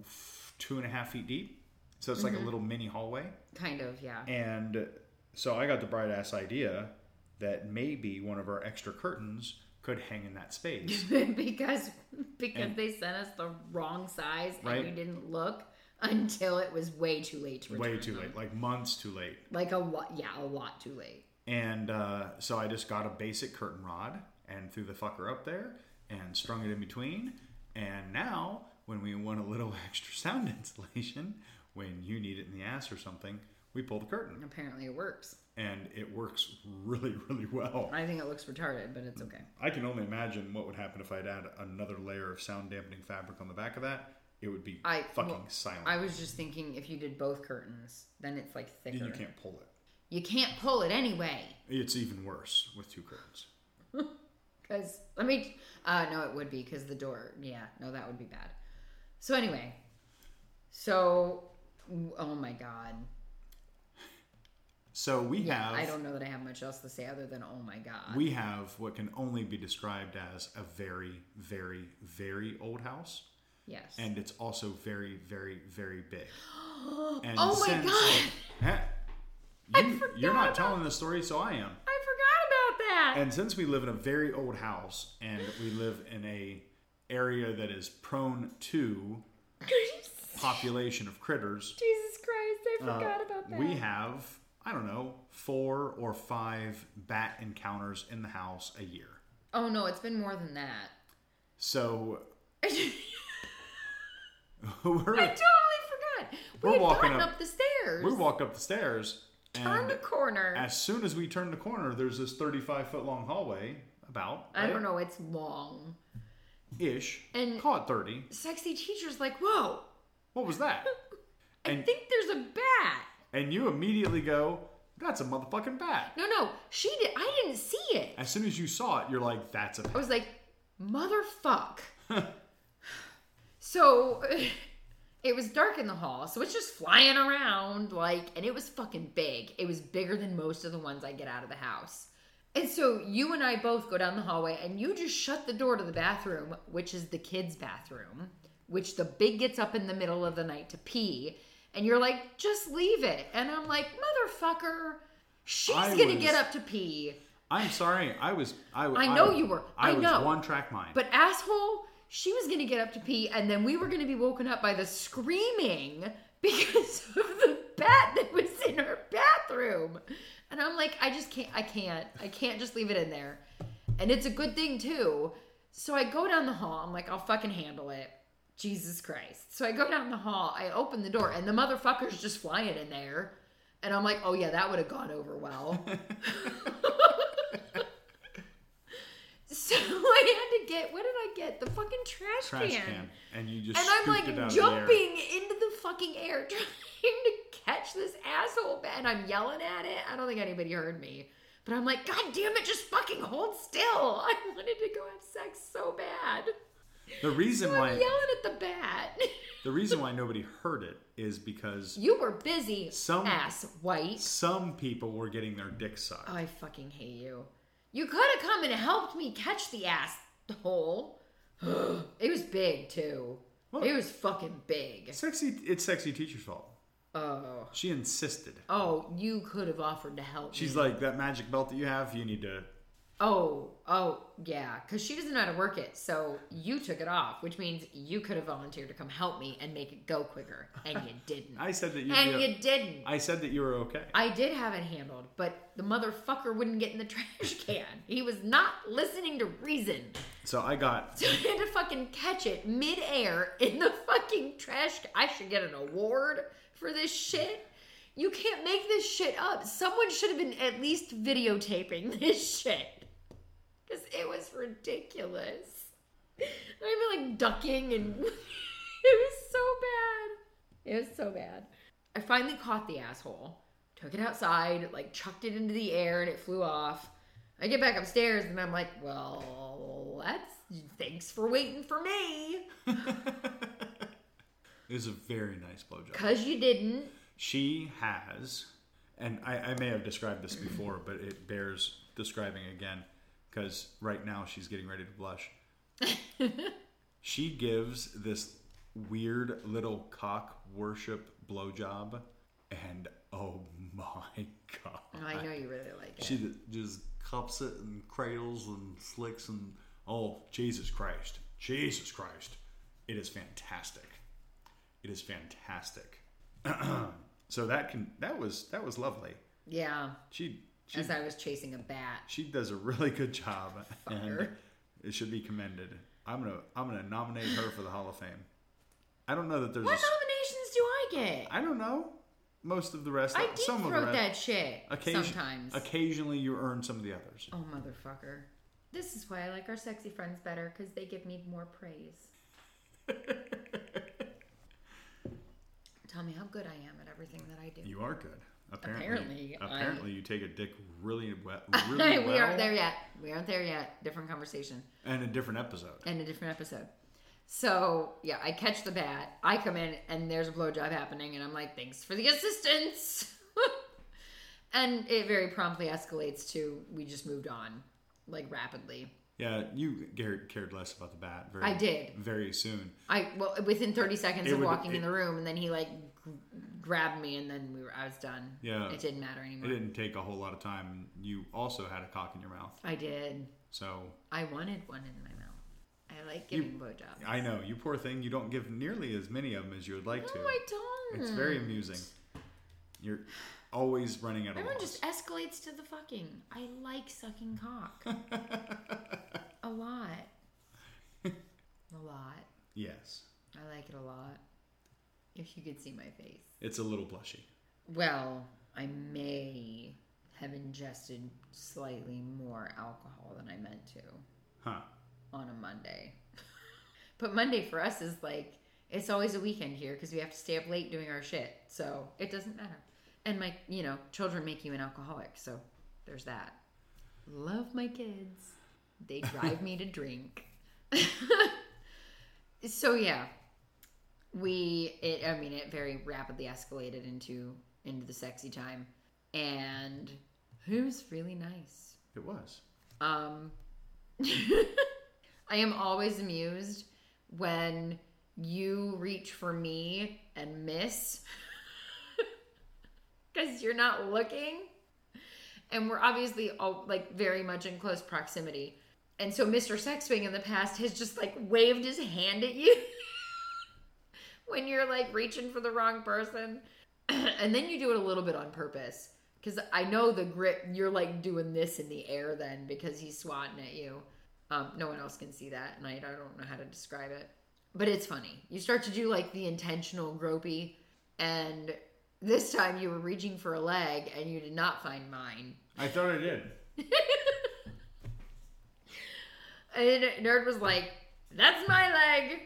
Speaker 2: f- two and a half feet deep. So it's
Speaker 1: Mm-hmm.
Speaker 2: like a little mini hallway.
Speaker 1: kind of, yeah.
Speaker 2: And so I got the bright ass idea that maybe one of our extra curtains could hang in that space.
Speaker 1: because because
Speaker 2: And-
Speaker 1: they sent us the wrong size
Speaker 2: Right.
Speaker 1: and you didn't look until it was way too late to return
Speaker 2: Way too
Speaker 1: them.
Speaker 2: late, like months too late.
Speaker 1: like a lot yeah a lot too late
Speaker 2: And uh, so I just got a basic curtain rod and threw the fucker up there and strung it in between. And now, when we want a little extra sound insulation, when you need it in the ass or something, we pull the curtain.
Speaker 1: apparently it works
Speaker 2: And it works really, really well.
Speaker 1: i think it looks retarded but it's okay
Speaker 2: I can only imagine what would happen if I'd add another layer of sound dampening fabric on the back of that It would be
Speaker 1: I-
Speaker 2: fucking
Speaker 1: well,
Speaker 2: silent.
Speaker 1: I was just thinking if you did both curtains, then it's like thicker.
Speaker 2: then you can't pull it.
Speaker 1: You can't pull it anyway.
Speaker 2: It's even worse with two curtains.
Speaker 1: Because, I mean, uh, no, it would be because the door, yeah, no, that would be bad. So, anyway, so, oh my God.
Speaker 2: So we
Speaker 1: Yeah,
Speaker 2: have
Speaker 1: I don't know that I have much else to say other than, oh my God.
Speaker 2: we have what can only be described as a very, very, very old house.
Speaker 1: yes.
Speaker 2: And it's also very, very, very big. And
Speaker 1: oh my
Speaker 2: since-
Speaker 1: God.
Speaker 2: Heh, you, you're not telling the story, so I am.
Speaker 1: I forgot about that.
Speaker 2: And since we live in a very old house and we live in a area that is prone to population of critters,
Speaker 1: Jesus Christ, I
Speaker 2: uh,
Speaker 1: forgot about that.
Speaker 2: we have, I don't know, four or five bat encounters in the house a year.
Speaker 1: oh no, it's been more than that.
Speaker 2: So
Speaker 1: I totally
Speaker 2: we're,
Speaker 1: forgot. We
Speaker 2: We're
Speaker 1: had
Speaker 2: walking
Speaker 1: gotten
Speaker 2: up-
Speaker 1: up, the stairs.
Speaker 2: we walk up the stairs
Speaker 1: on the
Speaker 2: and
Speaker 1: corner.
Speaker 2: as soon as we turn the corner, there's this 35 foot long hallway about.
Speaker 1: I don't know, it's long.
Speaker 2: Ish.
Speaker 1: And-
Speaker 2: Call it 30.
Speaker 1: Sexy teacher's like, whoa,
Speaker 2: What was that?
Speaker 1: I
Speaker 2: And-
Speaker 1: think there's a bat.
Speaker 2: and you immediately go, that's a motherfucking bat.
Speaker 1: No, no, she did. I didn't see it.
Speaker 2: As soon as you saw it, you're like, that's a
Speaker 1: I was like, motherfuck. so it was dark in the hall, so it's just flying around, like, and it was fucking big. It was bigger than most of the ones I get out of the house. And so you and I both go down the hallway, and you just shut the door to the bathroom, which is the kids' bathroom, which the big gets up in the middle of the night to pee. And you're like, just leave it. And I'm like, motherfucker, she's
Speaker 2: I
Speaker 1: gonna
Speaker 2: was-
Speaker 1: get up to pee.
Speaker 2: I'm sorry. I was. I,
Speaker 1: I know you were.
Speaker 2: I,
Speaker 1: I
Speaker 2: was
Speaker 1: know.
Speaker 2: one track mind.
Speaker 1: But asshole, she was gonna get up to pee, and then we were gonna be woken up by the screaming because of the bat that was in her bathroom. And I'm like, I just can't, I can't, I can't just leave it in there. And it's a good thing too. So I go down the hall. I'm like, I'll fucking handle it. Jesus Christ. So I go down the hall. I open the door, and the motherfucker's just flying in there. And I'm like, oh yeah, that would have gone over well. So I had to get what did I get? The fucking trash,
Speaker 2: trash
Speaker 1: can.
Speaker 2: can, and you just
Speaker 1: And I'm
Speaker 2: scooped it
Speaker 1: like
Speaker 2: out Of the air.
Speaker 1: jumping into the fucking air trying to catch this asshole bat, and I'm yelling at it. I don't think anybody heard me. But I'm like, God damn it, just fucking hold still. I wanted to go have sex so bad.
Speaker 2: The reason
Speaker 1: I'm
Speaker 2: why
Speaker 1: yelling at the bat.
Speaker 2: the reason why nobody heard it is because
Speaker 1: you were busy,
Speaker 2: Some-
Speaker 1: ass white.
Speaker 2: some people were getting their dicks sucked.
Speaker 1: Oh, I fucking hate you. You could have come and helped me catch the asshole. it was big too.
Speaker 2: Well-
Speaker 1: It was fucking big.
Speaker 2: sexy. It's sexy teacher's fault.
Speaker 1: Oh.
Speaker 2: She insisted.
Speaker 1: Oh, you could have offered to help me.
Speaker 2: She's like that magic belt that you have. You need to.
Speaker 1: oh, oh, yeah. Because she doesn't know how to work it. So you took it off, which means you could have volunteered to come help me and make it go quicker. And you didn't.
Speaker 2: I said that you'd
Speaker 1: and
Speaker 2: be
Speaker 1: you didn't.
Speaker 2: I said that you were okay.
Speaker 1: I did have it handled, but the motherfucker wouldn't get in the trash can. He was not listening to reason.
Speaker 2: So I got.
Speaker 1: So I had to fucking catch it midair in the fucking trash. ca- I should get an award for this shit. You can't make this shit up. Someone should have been at least videotaping this shit. Because it was ridiculous. I'd be like ducking and it was so bad. It was so bad. I finally caught the asshole, took it outside, like chucked it into the air and it flew off. I get back upstairs and I'm like, well, that's thanks for waiting for me.
Speaker 2: It was a very nice blowjob.
Speaker 1: Cause you didn't.
Speaker 2: She has, and I, I may have described this before, but it bears describing again because right now she's getting ready to blush. she gives this weird little cock worship blowjob, and oh my god.
Speaker 1: I know you really like it.
Speaker 2: She just cups it and cradles and slicks and oh Jesus Christ, Jesus Christ! It is fantastic. It is fantastic. so that can that was that was lovely.
Speaker 1: yeah.
Speaker 2: She she
Speaker 1: As I was chasing a bat.
Speaker 2: she does a really good job, and
Speaker 1: Fucker.
Speaker 2: it should be commended. I'm gonna I'm gonna nominate her for the Hall of Fame. I don't know that there's. a
Speaker 1: What
Speaker 2: s-
Speaker 1: nominations do I get?
Speaker 2: I don't know. Most of the rest,
Speaker 1: I deep
Speaker 2: some of the
Speaker 1: throat
Speaker 2: rest.
Speaker 1: that shit
Speaker 2: occasion-
Speaker 1: sometimes.
Speaker 2: occasionally you earn some of the others.
Speaker 1: Oh, motherfucker. This is why I like our sexy friends better because they give me more praise. tell me how good I am at everything that I do.
Speaker 2: You are good. Apparently,
Speaker 1: Apparently, I-
Speaker 2: apparently you take a dick really well, really
Speaker 1: we
Speaker 2: well,
Speaker 1: aren't there yet. We aren't there yet. Different conversation
Speaker 2: and a different episode.
Speaker 1: and a different episode. So yeah, I catch the bat. I come in and there's a blowjob happening, and I'm like, "Thanks for the assistance." and it very promptly escalates to we just moved on, like rapidly.
Speaker 2: Yeah, you cared, cared less about the bat. Very,
Speaker 1: I did.
Speaker 2: very soon.
Speaker 1: I well within 30 seconds
Speaker 2: It
Speaker 1: of
Speaker 2: would-
Speaker 1: walking
Speaker 2: it-
Speaker 1: in the room, and then he like g- grabbed me, and then we were I was done.
Speaker 2: Yeah.
Speaker 1: it didn't matter
Speaker 2: It
Speaker 1: anymore.
Speaker 2: didn't take a whole lot of time. You also had a cock in your mouth,
Speaker 1: I did.
Speaker 2: so
Speaker 1: I wanted one in my mouth. I like giving blowjobs.
Speaker 2: I know you poor thing. You don't give nearly as many of them as you would like to.
Speaker 1: No, I don't.
Speaker 2: It's very amusing. You're always running out of
Speaker 1: Everyone
Speaker 2: loss.
Speaker 1: just escalates to the fucking. I like sucking cock. a lot. a lot.
Speaker 2: yes,
Speaker 1: I like it a lot. If you could see my face.
Speaker 2: it's a little blushy.
Speaker 1: Well, I may have ingested slightly more alcohol than I meant to
Speaker 2: Huh.
Speaker 1: on a Monday. but Monday for us is like, it's always a weekend here because we have to stay up late doing our shit. So it doesn't matter. And my, you know, children make you an alcoholic. So there's that. Love my kids. They drive me to drink. so yeah, we, it, I mean, it very rapidly escalated into, into the sexy time. And it was really nice.
Speaker 2: It was.
Speaker 1: Um, I am always amused when you reach for me and miss because you're not looking. And we're obviously all like very much in close proximity. And so Mr. Sexwing in the past has just like waved his hand at you when you're like reaching for the wrong person. and then you do it a little bit on purpose because I know the grip. You're like doing this in the air then because he's swatting at you. Um, no one else can see that, and I, I don't know how to describe it, but it's funny. You start to do like the intentional gropey, and this time you were reaching for a leg and you did not find mine.
Speaker 2: I thought I did.
Speaker 1: And Nerd was like, "That's my leg,"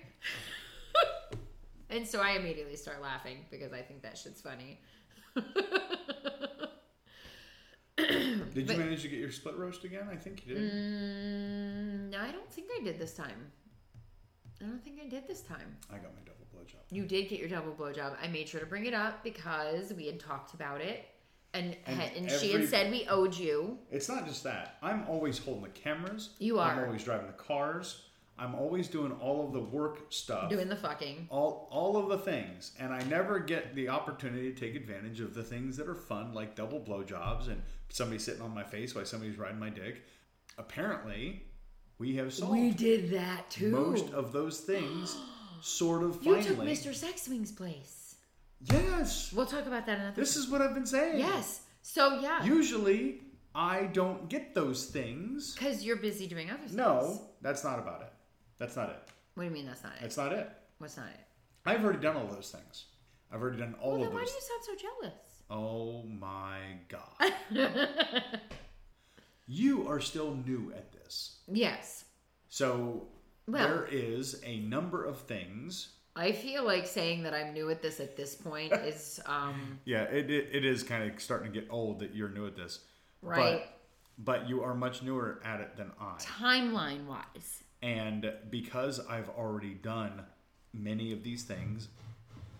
Speaker 1: and so I immediately start laughing because I think that shit's funny.
Speaker 2: Did
Speaker 1: But-
Speaker 2: you manage to get your split roast again? I think you did.
Speaker 1: Mm, no, I don't think I did this time. I don't think I did this time.
Speaker 2: I got my double blowjob.
Speaker 1: You did get your double blowjob. I made sure to bring it up because we had talked about it, and
Speaker 2: And
Speaker 1: and, she
Speaker 2: every-
Speaker 1: had said we owed you.
Speaker 2: It's not just that. I'm always holding the cameras.
Speaker 1: You
Speaker 2: I'm
Speaker 1: are.
Speaker 2: always driving the cars. I'm always doing all of the work stuff.
Speaker 1: Doing the fucking.
Speaker 2: all all of the things, and I never get the opportunity to take advantage of the things that are fun, like double blowjobs and somebody sitting on my face while somebody's riding my dick. Apparently, we have solved
Speaker 1: We did that too.
Speaker 2: most of those things. sort of
Speaker 1: you
Speaker 2: finally.
Speaker 1: took Mr. Sexwing's place.
Speaker 2: Yes,
Speaker 1: We'll talk about that another.
Speaker 2: this is what I've been saying.
Speaker 1: yes. So yeah,
Speaker 2: Usually, I don't get those things.
Speaker 1: because you're busy doing other things.
Speaker 2: No, that's not about it. That's not it.
Speaker 1: What do you mean that's not it?
Speaker 2: That's not it.
Speaker 1: What's not it?
Speaker 2: I've already done all those things. I've already done all
Speaker 1: Well,
Speaker 2: of
Speaker 1: then why
Speaker 2: those.
Speaker 1: do you sound so jealous?
Speaker 2: Oh my god. you are still new at this.
Speaker 1: Yes.
Speaker 2: So
Speaker 1: Well-
Speaker 2: there is a number of things.
Speaker 1: I feel like saying that I'm new at this at this point is um
Speaker 2: Yeah, it, it, it is kind of starting to get old that you're new at this.
Speaker 1: right
Speaker 2: But, but you are much newer at it than I.
Speaker 1: timeline wise.
Speaker 2: And because I've already done many of these things,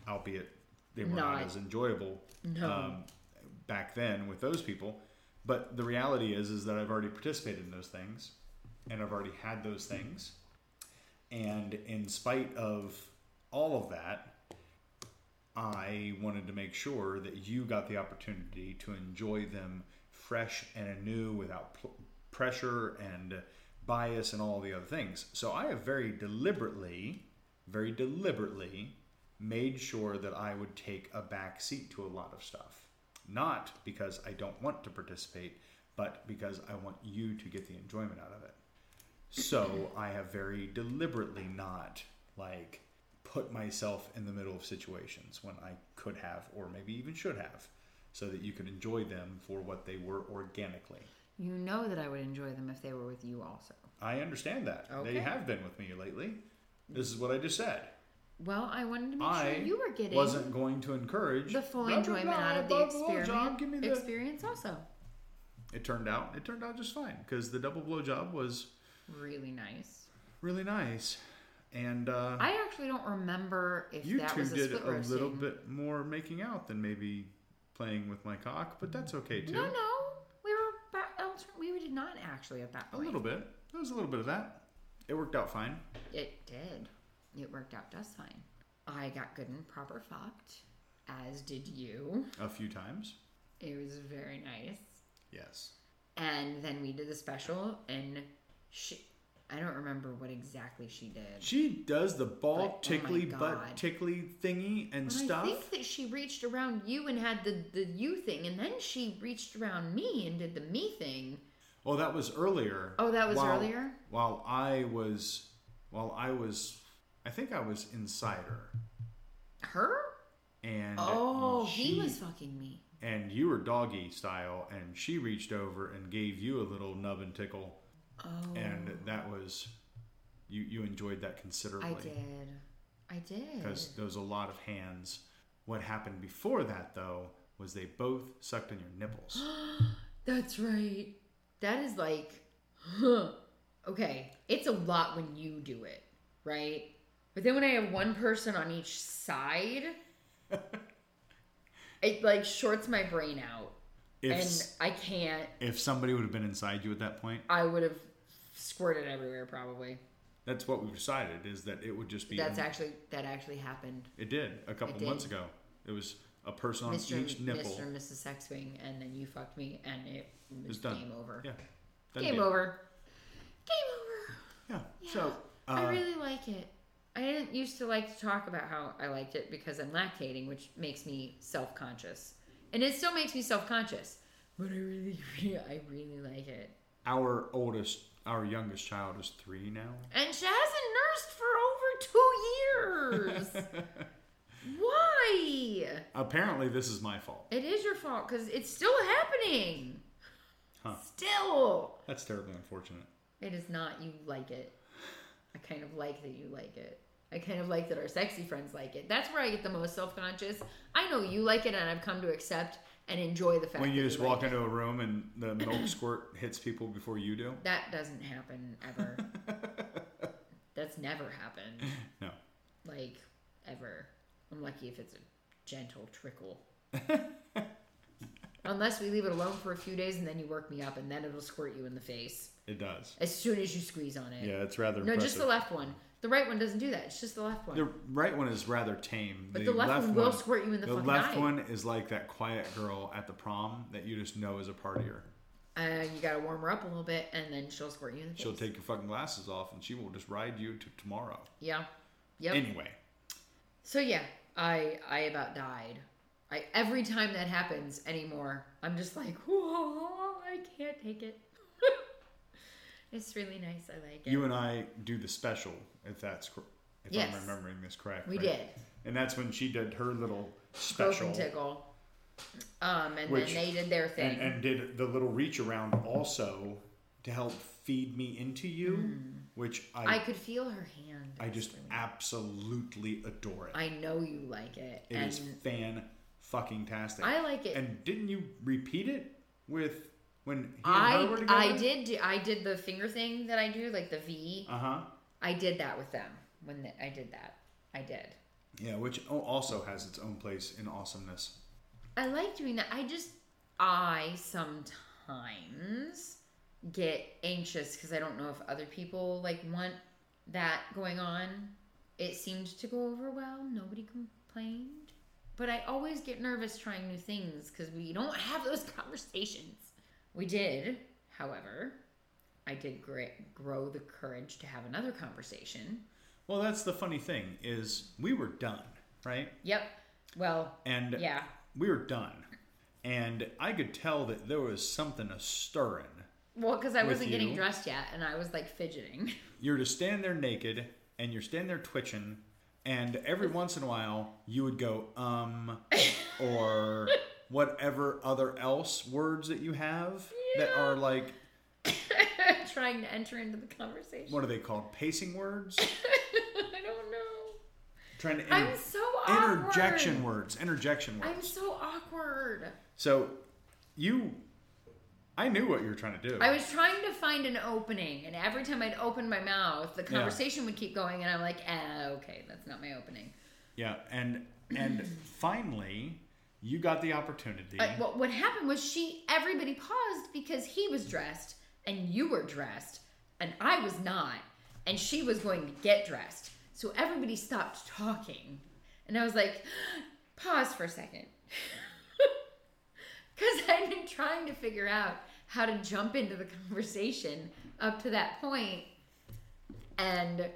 Speaker 2: albeit they were not,
Speaker 1: Not-
Speaker 2: as enjoyable
Speaker 1: No.
Speaker 2: Um, back then with those people, but the reality is is that I've already participated in those things, and I've already had those things, and in spite of all of that, I wanted to make sure that you got the opportunity to enjoy them fresh and anew without pl- pressure and bias and all the other things. So I have very deliberately, very deliberately made sure that I would take a back seat to a lot of stuff. Not because I don't want to participate, but because I want you to get the enjoyment out of it. So I have very deliberately not like put myself in the middle of situations when I could have or maybe even should have so that you could enjoy them for what they were organically.
Speaker 1: You know that I would enjoy them if they were with you also.
Speaker 2: I understand that.
Speaker 1: Okay.
Speaker 2: They have been with me lately. This is what I just said.
Speaker 1: Well, I wanted to make
Speaker 2: I
Speaker 1: sure you were getting
Speaker 2: wasn't going to encourage
Speaker 1: the full
Speaker 2: blah, blah,
Speaker 1: enjoyment
Speaker 2: blah,
Speaker 1: out of the
Speaker 2: blah, blah, blah,
Speaker 1: experiment,
Speaker 2: job, give me the-
Speaker 1: experience also.
Speaker 2: It turned out it turned out just fine because the double blow job was
Speaker 1: Really nice.
Speaker 2: really nice, and uh,
Speaker 1: I actually don't remember if
Speaker 2: you
Speaker 1: that
Speaker 2: two
Speaker 1: was a
Speaker 2: did
Speaker 1: split
Speaker 2: a little
Speaker 1: roasting.
Speaker 2: bit more making out than maybe playing with my cock, but that's okay too.
Speaker 1: No, no, we were back, alter- we did not actually at that
Speaker 2: A
Speaker 1: point.
Speaker 2: little bit. There was a little bit of that. It worked out fine.
Speaker 1: It did. It worked out just fine. I got good and proper fucked, as did you.
Speaker 2: A few times.
Speaker 1: It was very nice.
Speaker 2: Yes.
Speaker 1: And then we did the special, and she, I don't remember what exactly she did.
Speaker 2: She does the
Speaker 1: But, oh
Speaker 2: ball
Speaker 1: my
Speaker 2: tickly butt
Speaker 1: God.
Speaker 2: tickly thingy and
Speaker 1: But
Speaker 2: stuff.
Speaker 1: I think that she reached around you and had the, the you thing, and then she reached around me and did the me thing.
Speaker 2: Oh, that was earlier.
Speaker 1: Oh, that was
Speaker 2: While-
Speaker 1: earlier?
Speaker 2: While I was, while I was, I think I was insider,
Speaker 1: Her?
Speaker 2: and
Speaker 1: Oh,
Speaker 2: she,
Speaker 1: he was fucking me.
Speaker 2: and you were doggy style, and she reached over and gave you a little nub and tickle,
Speaker 1: Oh,
Speaker 2: and that was, you you enjoyed that
Speaker 1: I
Speaker 2: considerably
Speaker 1: did. I did.
Speaker 2: because there was a lot of hands. What happened before that though was they both sucked on your nipples.
Speaker 1: That's right. That is like, huh. Okay, it's a lot when you do it, right? But then when I have one person on each side, it like shorts my brain out.
Speaker 2: If
Speaker 1: and
Speaker 2: s-
Speaker 1: I can't.
Speaker 2: if somebody would have been inside you at that point,
Speaker 1: I would have squirted everywhere probably.
Speaker 2: that's what we've decided is that it would just be
Speaker 1: That's
Speaker 2: in-
Speaker 1: actually that actually happened.
Speaker 2: It did a couple
Speaker 1: It did.
Speaker 2: months ago. It was a person on
Speaker 1: Mr. and-
Speaker 2: each nipple.
Speaker 1: Mr. and Mrs. Sexwing, and then you fucked me, and it
Speaker 2: It's
Speaker 1: was
Speaker 2: done.
Speaker 1: game over.
Speaker 2: Yeah. Done
Speaker 1: Game
Speaker 2: deal.
Speaker 1: over. Game over.
Speaker 2: Yeah.
Speaker 1: Yeah,
Speaker 2: So uh,
Speaker 1: I really like it. I didn't used to like to talk about how I liked it because I'm lactating, which makes me self conscious, and it still makes me self conscious. But I really, really, I really like it.
Speaker 2: our oldest, our youngest child is three now.
Speaker 1: And she hasn't nursed for over two years. Why?
Speaker 2: Apparently, this is my fault.
Speaker 1: It is your fault because it's still happening.
Speaker 2: Huh.
Speaker 1: Still,
Speaker 2: That's terribly unfortunate.
Speaker 1: it is not. You like it. I kind of like that you like it. I kind of like that our sexy friends like it. That's where I get the most self conscious. I know you like it, and I've come to accept and enjoy the fact
Speaker 2: When
Speaker 1: that
Speaker 2: you just
Speaker 1: like
Speaker 2: walk
Speaker 1: it.
Speaker 2: into a room and the milk squirt hits people before you do.
Speaker 1: That doesn't happen ever. That's never happened.
Speaker 2: No.
Speaker 1: like ever. I'm lucky if it's a gentle trickle. Unless we leave it alone for a few days and then you work me up and then it'll squirt you in the face
Speaker 2: It does.
Speaker 1: as soon as you squeeze on it.
Speaker 2: Yeah, it's rather
Speaker 1: no,
Speaker 2: impressive.
Speaker 1: just the left one. The right one doesn't do that. It's just the left one.
Speaker 2: The right one is rather tame.
Speaker 1: But the left one will squirt you in the fucking
Speaker 2: left
Speaker 1: eye.
Speaker 2: one is like that quiet girl at the prom that you just know is a partier.
Speaker 1: Uh, you gotta warm her up a little bit and then she'll squirt you in the face.
Speaker 2: She'll take your fucking glasses off and she will just ride you to tomorrow.
Speaker 1: Yeah. Yep.
Speaker 2: Anyway,
Speaker 1: so yeah, I I about died. I every time that happens anymore, I'm just like, whoa, I can't take it. it's really nice. I like it.
Speaker 2: you and I do the special, if that's cor- if
Speaker 1: Yes.
Speaker 2: I'm remembering this correctly.
Speaker 1: We did.
Speaker 2: and that's when she did her little
Speaker 1: Both
Speaker 2: special
Speaker 1: and tickle. Um, and
Speaker 2: Which-
Speaker 1: then they did their thing.
Speaker 2: and, and did the little reach around also to help feed me into you, which
Speaker 1: Mm. I
Speaker 2: I
Speaker 1: could feel her hand.
Speaker 2: I, just
Speaker 1: Really.
Speaker 2: absolutely adore it.
Speaker 1: I know you like it,
Speaker 2: It
Speaker 1: and
Speaker 2: is fan fucking tastic.
Speaker 1: I like it.
Speaker 2: And didn't you repeat it with when he and her were
Speaker 1: I
Speaker 2: together?
Speaker 1: I did do, I did the finger thing that I do, like the V.
Speaker 2: Uh huh.
Speaker 1: I did that with them when the, I did that. I did.
Speaker 2: Yeah, which al- also has its own place in awesomeness.
Speaker 1: I like doing that. I just I sometimes get anxious because I don't know if other people like want that going on. It seemed to go over well. Nobody complained. But I always get nervous trying new things because we don't have those conversations. We did, however, I did gr- grow the courage to have another conversation.
Speaker 2: Well, that's the funny thing is we were done, right?
Speaker 1: Yep. Well,
Speaker 2: And
Speaker 1: yeah.
Speaker 2: we were done. And I could tell that there was something a stirring.
Speaker 1: Well, because I
Speaker 2: With
Speaker 1: wasn't getting
Speaker 2: you.
Speaker 1: dressed yet and I was like fidgeting.
Speaker 2: You're just standing there naked and you're standing there twitching, and every once in a while you would go, um, or whatever other else words that you have that are like,
Speaker 1: trying to enter into the conversation.
Speaker 2: what are they called? Pacing words?
Speaker 1: I don't know.
Speaker 2: trying to
Speaker 1: I'm
Speaker 2: inter-
Speaker 1: so awkward.
Speaker 2: interjection words, interjection words.
Speaker 1: I'm so awkward.
Speaker 2: so you, I knew what you were trying to do.
Speaker 1: I was trying to find an opening, and every time I'd open my mouth, the conversation would keep going, and I'm like, eh, okay, that's not my opening.
Speaker 2: yeah, and and finally, you got the opportunity.
Speaker 1: But what, what happened was she, everybody paused because he was dressed, and you were dressed, and I was not, and she was going to get dressed. So everybody stopped talking, and I was like, pause for a second. Because I'd been trying to figure out how to jump into the conversation up to that point, and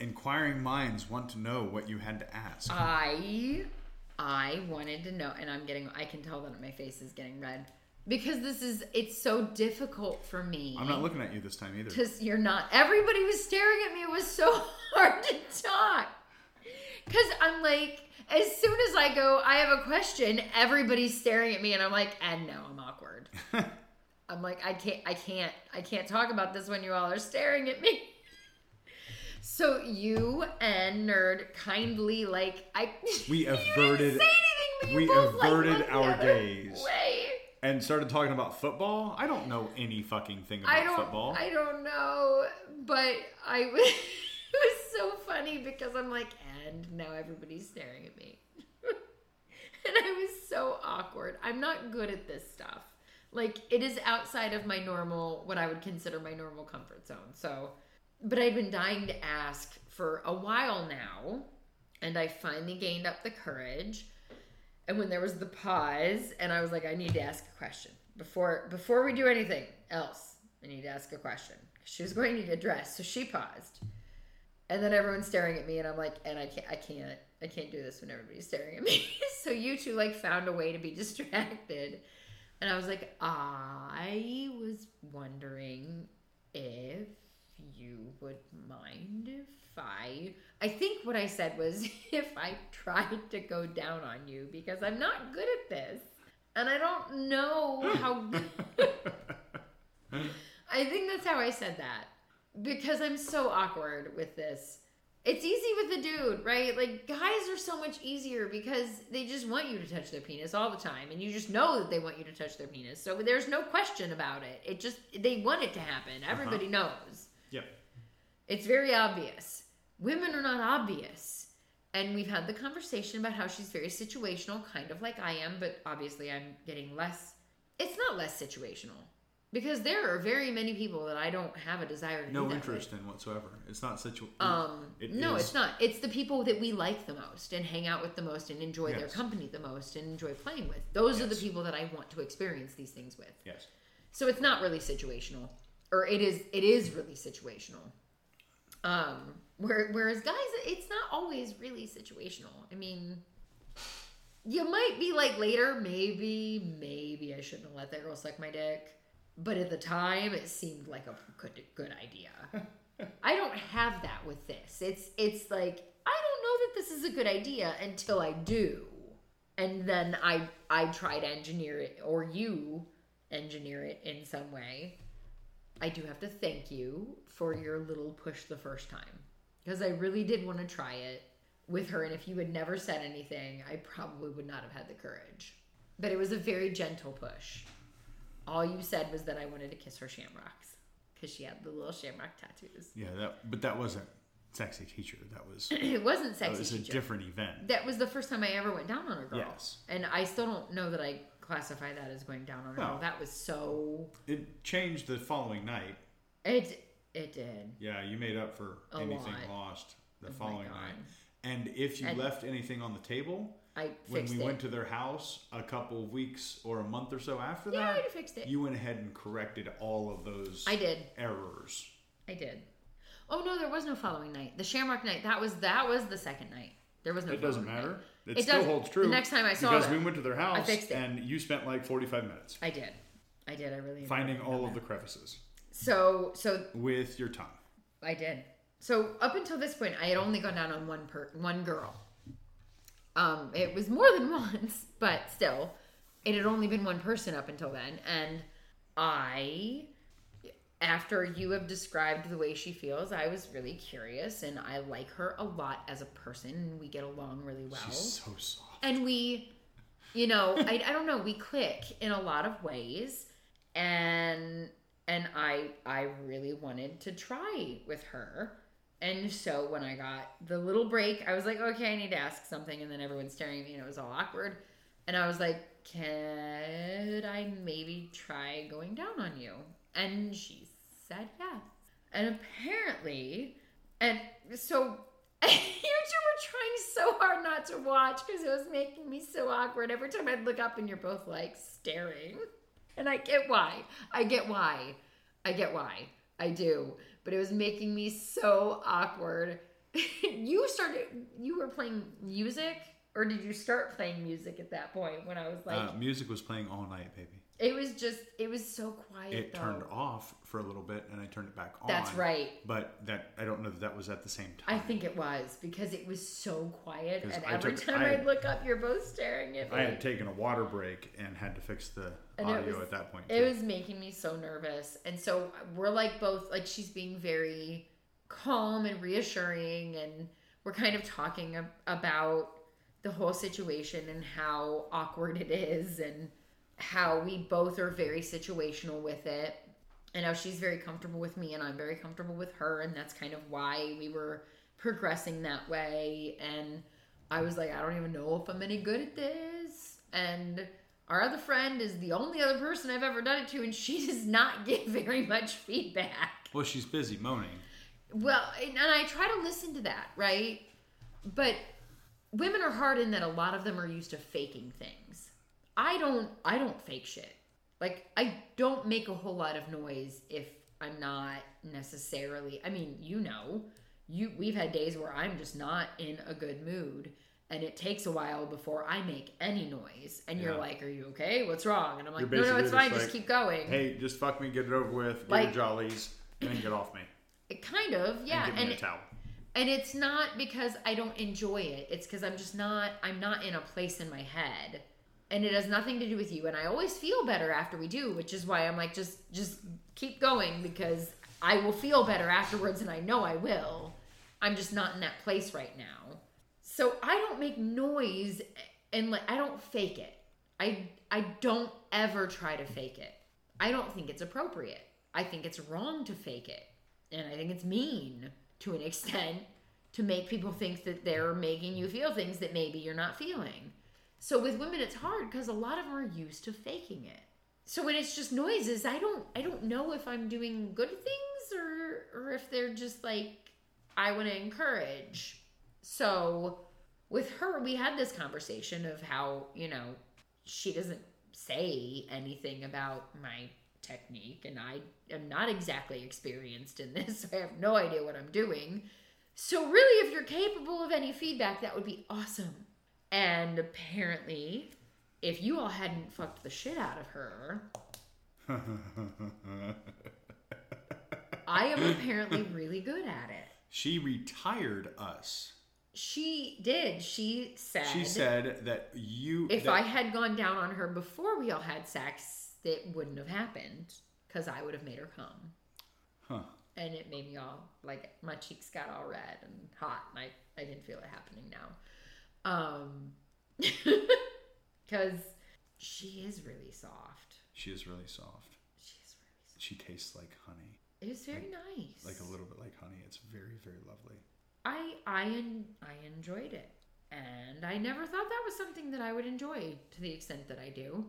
Speaker 2: Inquiring minds want to know what you had to ask.
Speaker 1: I I wanted to know and I'm getting I can tell that my face is getting red because this is it's so difficult for me.
Speaker 2: I'm not looking at you this time either.
Speaker 1: Cuz you're not everybody was staring at me. It was so hard to talk. Cuz I'm like as soon as I go, I have a question, everybody's staring at me and I'm like, "And no, I'm awkward." I'm like, "I can't I can't I can't talk about this when you all are staring at me." So you and nerd kindly like I
Speaker 2: We
Speaker 1: you didn't
Speaker 2: averted-
Speaker 1: say anything, but you
Speaker 2: we
Speaker 1: both, like,
Speaker 2: averted
Speaker 1: looked the
Speaker 2: our
Speaker 1: other
Speaker 2: gaze.
Speaker 1: way.
Speaker 2: and started talking about football. I don't know any fucking thing about
Speaker 1: I don't
Speaker 2: football.
Speaker 1: I don't know, but I was it was so funny because I'm like and now everybody's staring at me. and I was so awkward. I'm not good at this stuff. Like it is outside of my normal what I would consider my normal comfort zone. So but I've been dying to ask for a while now, and I finally gained up the courage. And when there was the pause, and I was like, I need to ask a question before before we do anything else. I need to ask a question. She was going to need a dress, so she paused, and then everyone's staring at me, and I'm like, and I can't, I can't, I can't do this when everybody's staring at me. so you two like found a way to be distracted, and I was like, I was wondering if you would mind if I I think what I said was if I tried to go down on you because I'm not good at this and I don't know how good I think that's how I said that because I'm so awkward with this. It's easy with the dude, right? Like guys are so much easier because they just want you to touch their penis all the time and you just know that they want you to touch their penis. So there's no question about it. It just they want it to happen. Everybody knows.
Speaker 2: yeah.
Speaker 1: It's very obvious. Women are not obvious. And we've had the conversation about how she's very situational, kind of like I am, but obviously I'm getting less. It's not less situational because there are very many people that I don't have a desire to do
Speaker 2: No
Speaker 1: that
Speaker 2: interest in whatsoever. It's not situ.
Speaker 1: with. Um,
Speaker 2: It
Speaker 1: no,
Speaker 2: is-
Speaker 1: it's not. It's the people that we like the most and hang out with the most and enjoy their
Speaker 2: Yes.
Speaker 1: company the most and enjoy playing with. Those are the
Speaker 2: Yes.
Speaker 1: people that I want to experience these things with.
Speaker 2: Yes.
Speaker 1: So it's not really situational, or it is it is really situational. Um, where, whereas guys, it's not always really situational. I mean, you might be like later, maybe, maybe I shouldn't have let that girl suck my dick, but at the time, it seemed like a good good idea. I don't have that with this. It's it's like I don't know that this is a good idea until I do, and then I I try to engineer it or you engineer it in some way. I do have to thank you for your little push the first time because I really did want to try it with her. And if you had never said anything, I probably would not have had the courage. But it was a very gentle push. All you said was that I wanted to kiss her shamrocks because she had the little shamrock tattoos.
Speaker 2: Yeah. That. But that wasn't sexy teacher. That was.
Speaker 1: it wasn't
Speaker 2: That
Speaker 1: sexy.
Speaker 2: was Oh, a
Speaker 1: teacher.
Speaker 2: different event.
Speaker 1: that was the first time I ever went down on a girl.
Speaker 2: Yes.
Speaker 1: And I still don't know that I classify that as going down on a
Speaker 2: No.
Speaker 1: girl. That was so.
Speaker 2: It changed the following night.
Speaker 1: It, it did.
Speaker 2: Yeah. You made up for
Speaker 1: A
Speaker 2: anything
Speaker 1: lot.
Speaker 2: lost the
Speaker 1: Oh my
Speaker 2: following
Speaker 1: God.
Speaker 2: night. And if you
Speaker 1: And-
Speaker 2: left anything on the table
Speaker 1: I
Speaker 2: when
Speaker 1: fixed
Speaker 2: we
Speaker 1: it.
Speaker 2: went to their house a couple of weeks or a month or so after
Speaker 1: yeah, I
Speaker 2: that,
Speaker 1: fixed it.
Speaker 2: you went ahead and corrected all of those
Speaker 1: I did.
Speaker 2: errors.
Speaker 1: I did. Oh no, there was no following night. The Shamrock night. That was that was the second night. There was no.
Speaker 2: It doesn't
Speaker 1: following
Speaker 2: matter.
Speaker 1: night.
Speaker 2: It,
Speaker 1: It
Speaker 2: still
Speaker 1: doesn't-
Speaker 2: holds true.
Speaker 1: the next time I saw
Speaker 2: because
Speaker 1: them,
Speaker 2: we went to their house
Speaker 1: fixed it.
Speaker 2: and you spent like forty-five minutes
Speaker 1: I did. I did. I really enjoyed
Speaker 2: finding
Speaker 1: doing
Speaker 2: all
Speaker 1: that.
Speaker 2: of the crevices
Speaker 1: So so
Speaker 2: with your tongue.
Speaker 1: I did. So up until this point, I had only gone down on one per one girl. Um, it was more than once, but still, it had only been one person up until then, and I, after you have described the way she feels, I was really curious and I like her a lot as a person. and We get along really well.
Speaker 2: She's so soft.
Speaker 1: and we, you know, I, I don't know, we click in a lot of ways. And and I I really wanted to try with her. And so when I got the little break, I was like, okay, I need to ask something. And then everyone's staring at me and it was all awkward. And I was like, could I maybe try going down on you? And she said yes. And apparently, and so you two were trying so hard not to watch because it was making me so awkward. Every time I'd look up and you're both like staring. And I get why. I get why. I get why. I do. But it was making me so awkward. you started, you were playing music, or did you start playing music at that point when I was like,
Speaker 2: uh, music was playing all night, baby.
Speaker 1: it was just, it was so quiet.
Speaker 2: It
Speaker 1: though.
Speaker 2: turned off for a little bit, and I turned it back on.
Speaker 1: That's right.
Speaker 2: But that I don't know that that was at the same time.
Speaker 1: I think it was because it was so quiet,
Speaker 2: 'Cause
Speaker 1: and
Speaker 2: I
Speaker 1: every
Speaker 2: took-
Speaker 1: time
Speaker 2: I-
Speaker 1: I, would look up, you're both staring at me.
Speaker 2: I had taken a water break and had to fix the
Speaker 1: And it
Speaker 2: audio
Speaker 1: was-
Speaker 2: at that point.
Speaker 1: It
Speaker 2: too.
Speaker 1: was making me so nervous. And so we're like both like she's being very calm and reassuring and we're kind of talking ab- about the whole situation and how awkward it is and how we both are very situational with it. And how she's very comfortable with me and I'm very comfortable with her and that's kind of why we were progressing that way and I was like, I don't even know if I'm any good at this. And our other friend is the only other person I've ever done it to, and she does not give very much feedback.
Speaker 2: well, she's busy moaning.
Speaker 1: Well, and, and I try to listen to that, right? But women are hard in that a lot of them are used to faking things. I don't I don't fake shit. Like I don't make a whole lot of noise if I'm not necessarily I mean, you know, you we've had days where I'm just not in a good mood and it takes a while before I make any noise and you're
Speaker 2: Yeah.
Speaker 1: like, "Are you okay? What's wrong?" And I'm like, "No,
Speaker 2: You're
Speaker 1: no,
Speaker 2: basically
Speaker 1: it's fine.
Speaker 2: just
Speaker 1: just
Speaker 2: like,
Speaker 1: keep going."
Speaker 2: Hey, just fuck me, get it over with, get
Speaker 1: Like-
Speaker 2: your jollies, and then get off me.
Speaker 1: It kind of, yeah.
Speaker 2: and give me a towel.
Speaker 1: and it's not because i don't enjoy it it's because i'm just not i'm not in a place in my head and it has nothing to do with you and i always feel better after we do which is why i'm like just just keep going because i will feel better afterwards and i know i will i'm just not in that place right now so i don't make noise and like i don't fake it i i don't ever try to fake it i don't think it's appropriate i think it's wrong to fake it and i think it's mean to an extent to make people think that they're making you feel things that maybe you're not feeling so with women it's hard because a lot of them are used to faking it so when it's just noises i don't i don't know if i'm doing good things or or if they're just like i want to encourage so with her we had this conversation of how you know she doesn't say anything about my technique and i am not exactly experienced in this so i have no idea what i'm doing so really if you're capable of any feedback that would be awesome and apparently if you all hadn't fucked the shit out of her i am apparently really good at it
Speaker 2: she retired us.
Speaker 1: She did. She said,
Speaker 2: She said that you.
Speaker 1: if
Speaker 2: that-
Speaker 1: I had gone down on her before we all had sex, it wouldn't have happened because I would have made her come.
Speaker 2: Huh.
Speaker 1: And it made me all like my cheeks got all red and hot, and I, I didn't feel it happening now. Um, because she is really soft.
Speaker 2: She is really soft.
Speaker 1: She's really soft.
Speaker 2: She tastes like honey,
Speaker 1: It was very nice.
Speaker 2: like a little bit like honey. It's very, very lovely.
Speaker 1: I I en- I enjoyed it, and I never thought that was something that I would enjoy to the extent that I do,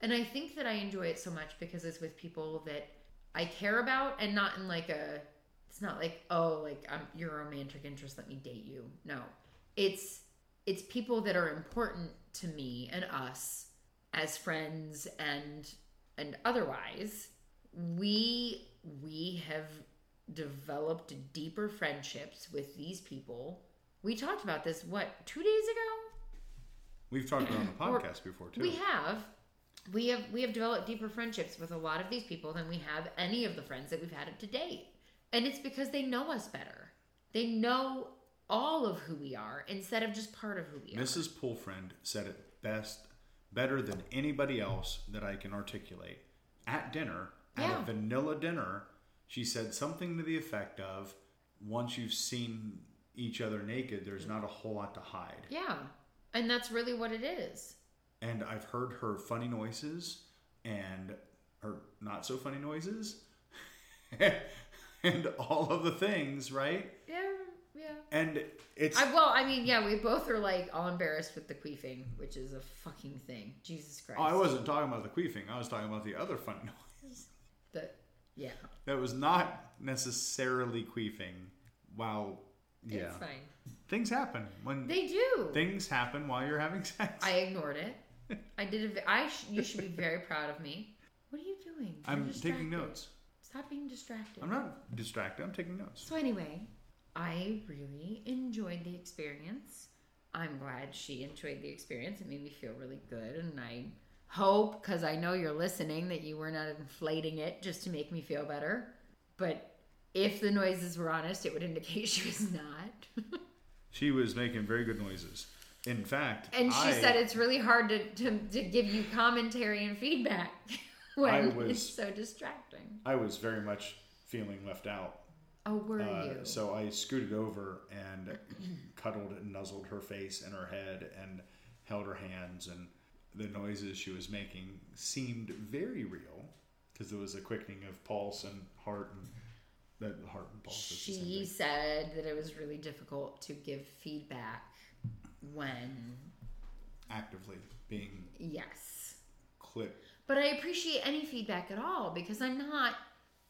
Speaker 1: and I think that I enjoy it so much because it's with people that I care about, and not in like a. It's not like oh like I'm your romantic interest. Let me date you. No, it's it's people that are important to me and us as friends and and otherwise we we have developed deeper friendships with these people we talked about this what two days ago
Speaker 2: We've talked about it on
Speaker 1: Or-
Speaker 2: the podcast before too.
Speaker 1: we have we have we have developed deeper friendships with a lot of these people than we have any of the friends that we've had to date and it's because they know us better they know all of who we are instead of just part of who we are
Speaker 2: Mrs. Poolfriend said it best, better than anybody else that I can articulate. At dinner, at
Speaker 1: Yeah.
Speaker 2: a vanilla dinner, She said something to the effect of once you've seen each other naked, there's not a whole lot to hide.
Speaker 1: Yeah. And that's really what it is.
Speaker 2: And I've heard her funny noises and her not so funny noises and all of the things, right?
Speaker 1: Yeah. Yeah.
Speaker 2: And it's
Speaker 1: I, well, I mean, yeah, we both are like all embarrassed with the queefing, which is a fucking thing. Jesus Christ.
Speaker 2: Oh, I wasn't talking about the queefing. I was talking about the other funny noise
Speaker 1: The- yeah.
Speaker 2: that was not necessarily queefing. Wow. Yeah.
Speaker 1: It's fine.
Speaker 2: Things happen when
Speaker 1: They do.
Speaker 2: things happen while you're having sex.
Speaker 1: I ignored it. I did. A, v- I sh- you should be very proud of me. What are you doing? You're
Speaker 2: I'm
Speaker 1: distracted.
Speaker 2: taking notes.
Speaker 1: Stop being distracted.
Speaker 2: I'm not distracted. I'm taking notes.
Speaker 1: So anyway, I really enjoyed the experience. I'm glad she enjoyed the experience. It made me feel really good, and I hope, because I know you're listening, that you were not inflating it just to make me feel better. But if the noises were honest, it would indicate she was not.
Speaker 2: She was making very good noises. In fact,
Speaker 1: and she
Speaker 2: I,
Speaker 1: said it's really hard to, to, to give you commentary and feedback when
Speaker 2: I was-
Speaker 1: it's so distracting.
Speaker 2: I was very much feeling left out.
Speaker 1: Oh, were
Speaker 2: Uh,
Speaker 1: you?
Speaker 2: so I scooted over and cuddled and nuzzled her face and her head and held her hands and the noises she was making seemed very real because there was a quickening of pulse and heart and that heart and pulse. is the same
Speaker 1: she
Speaker 2: thing.
Speaker 1: said that it was really difficult to give feedback when
Speaker 2: actively being
Speaker 1: yes
Speaker 2: clipped.
Speaker 1: but i appreciate any feedback at all because i'm not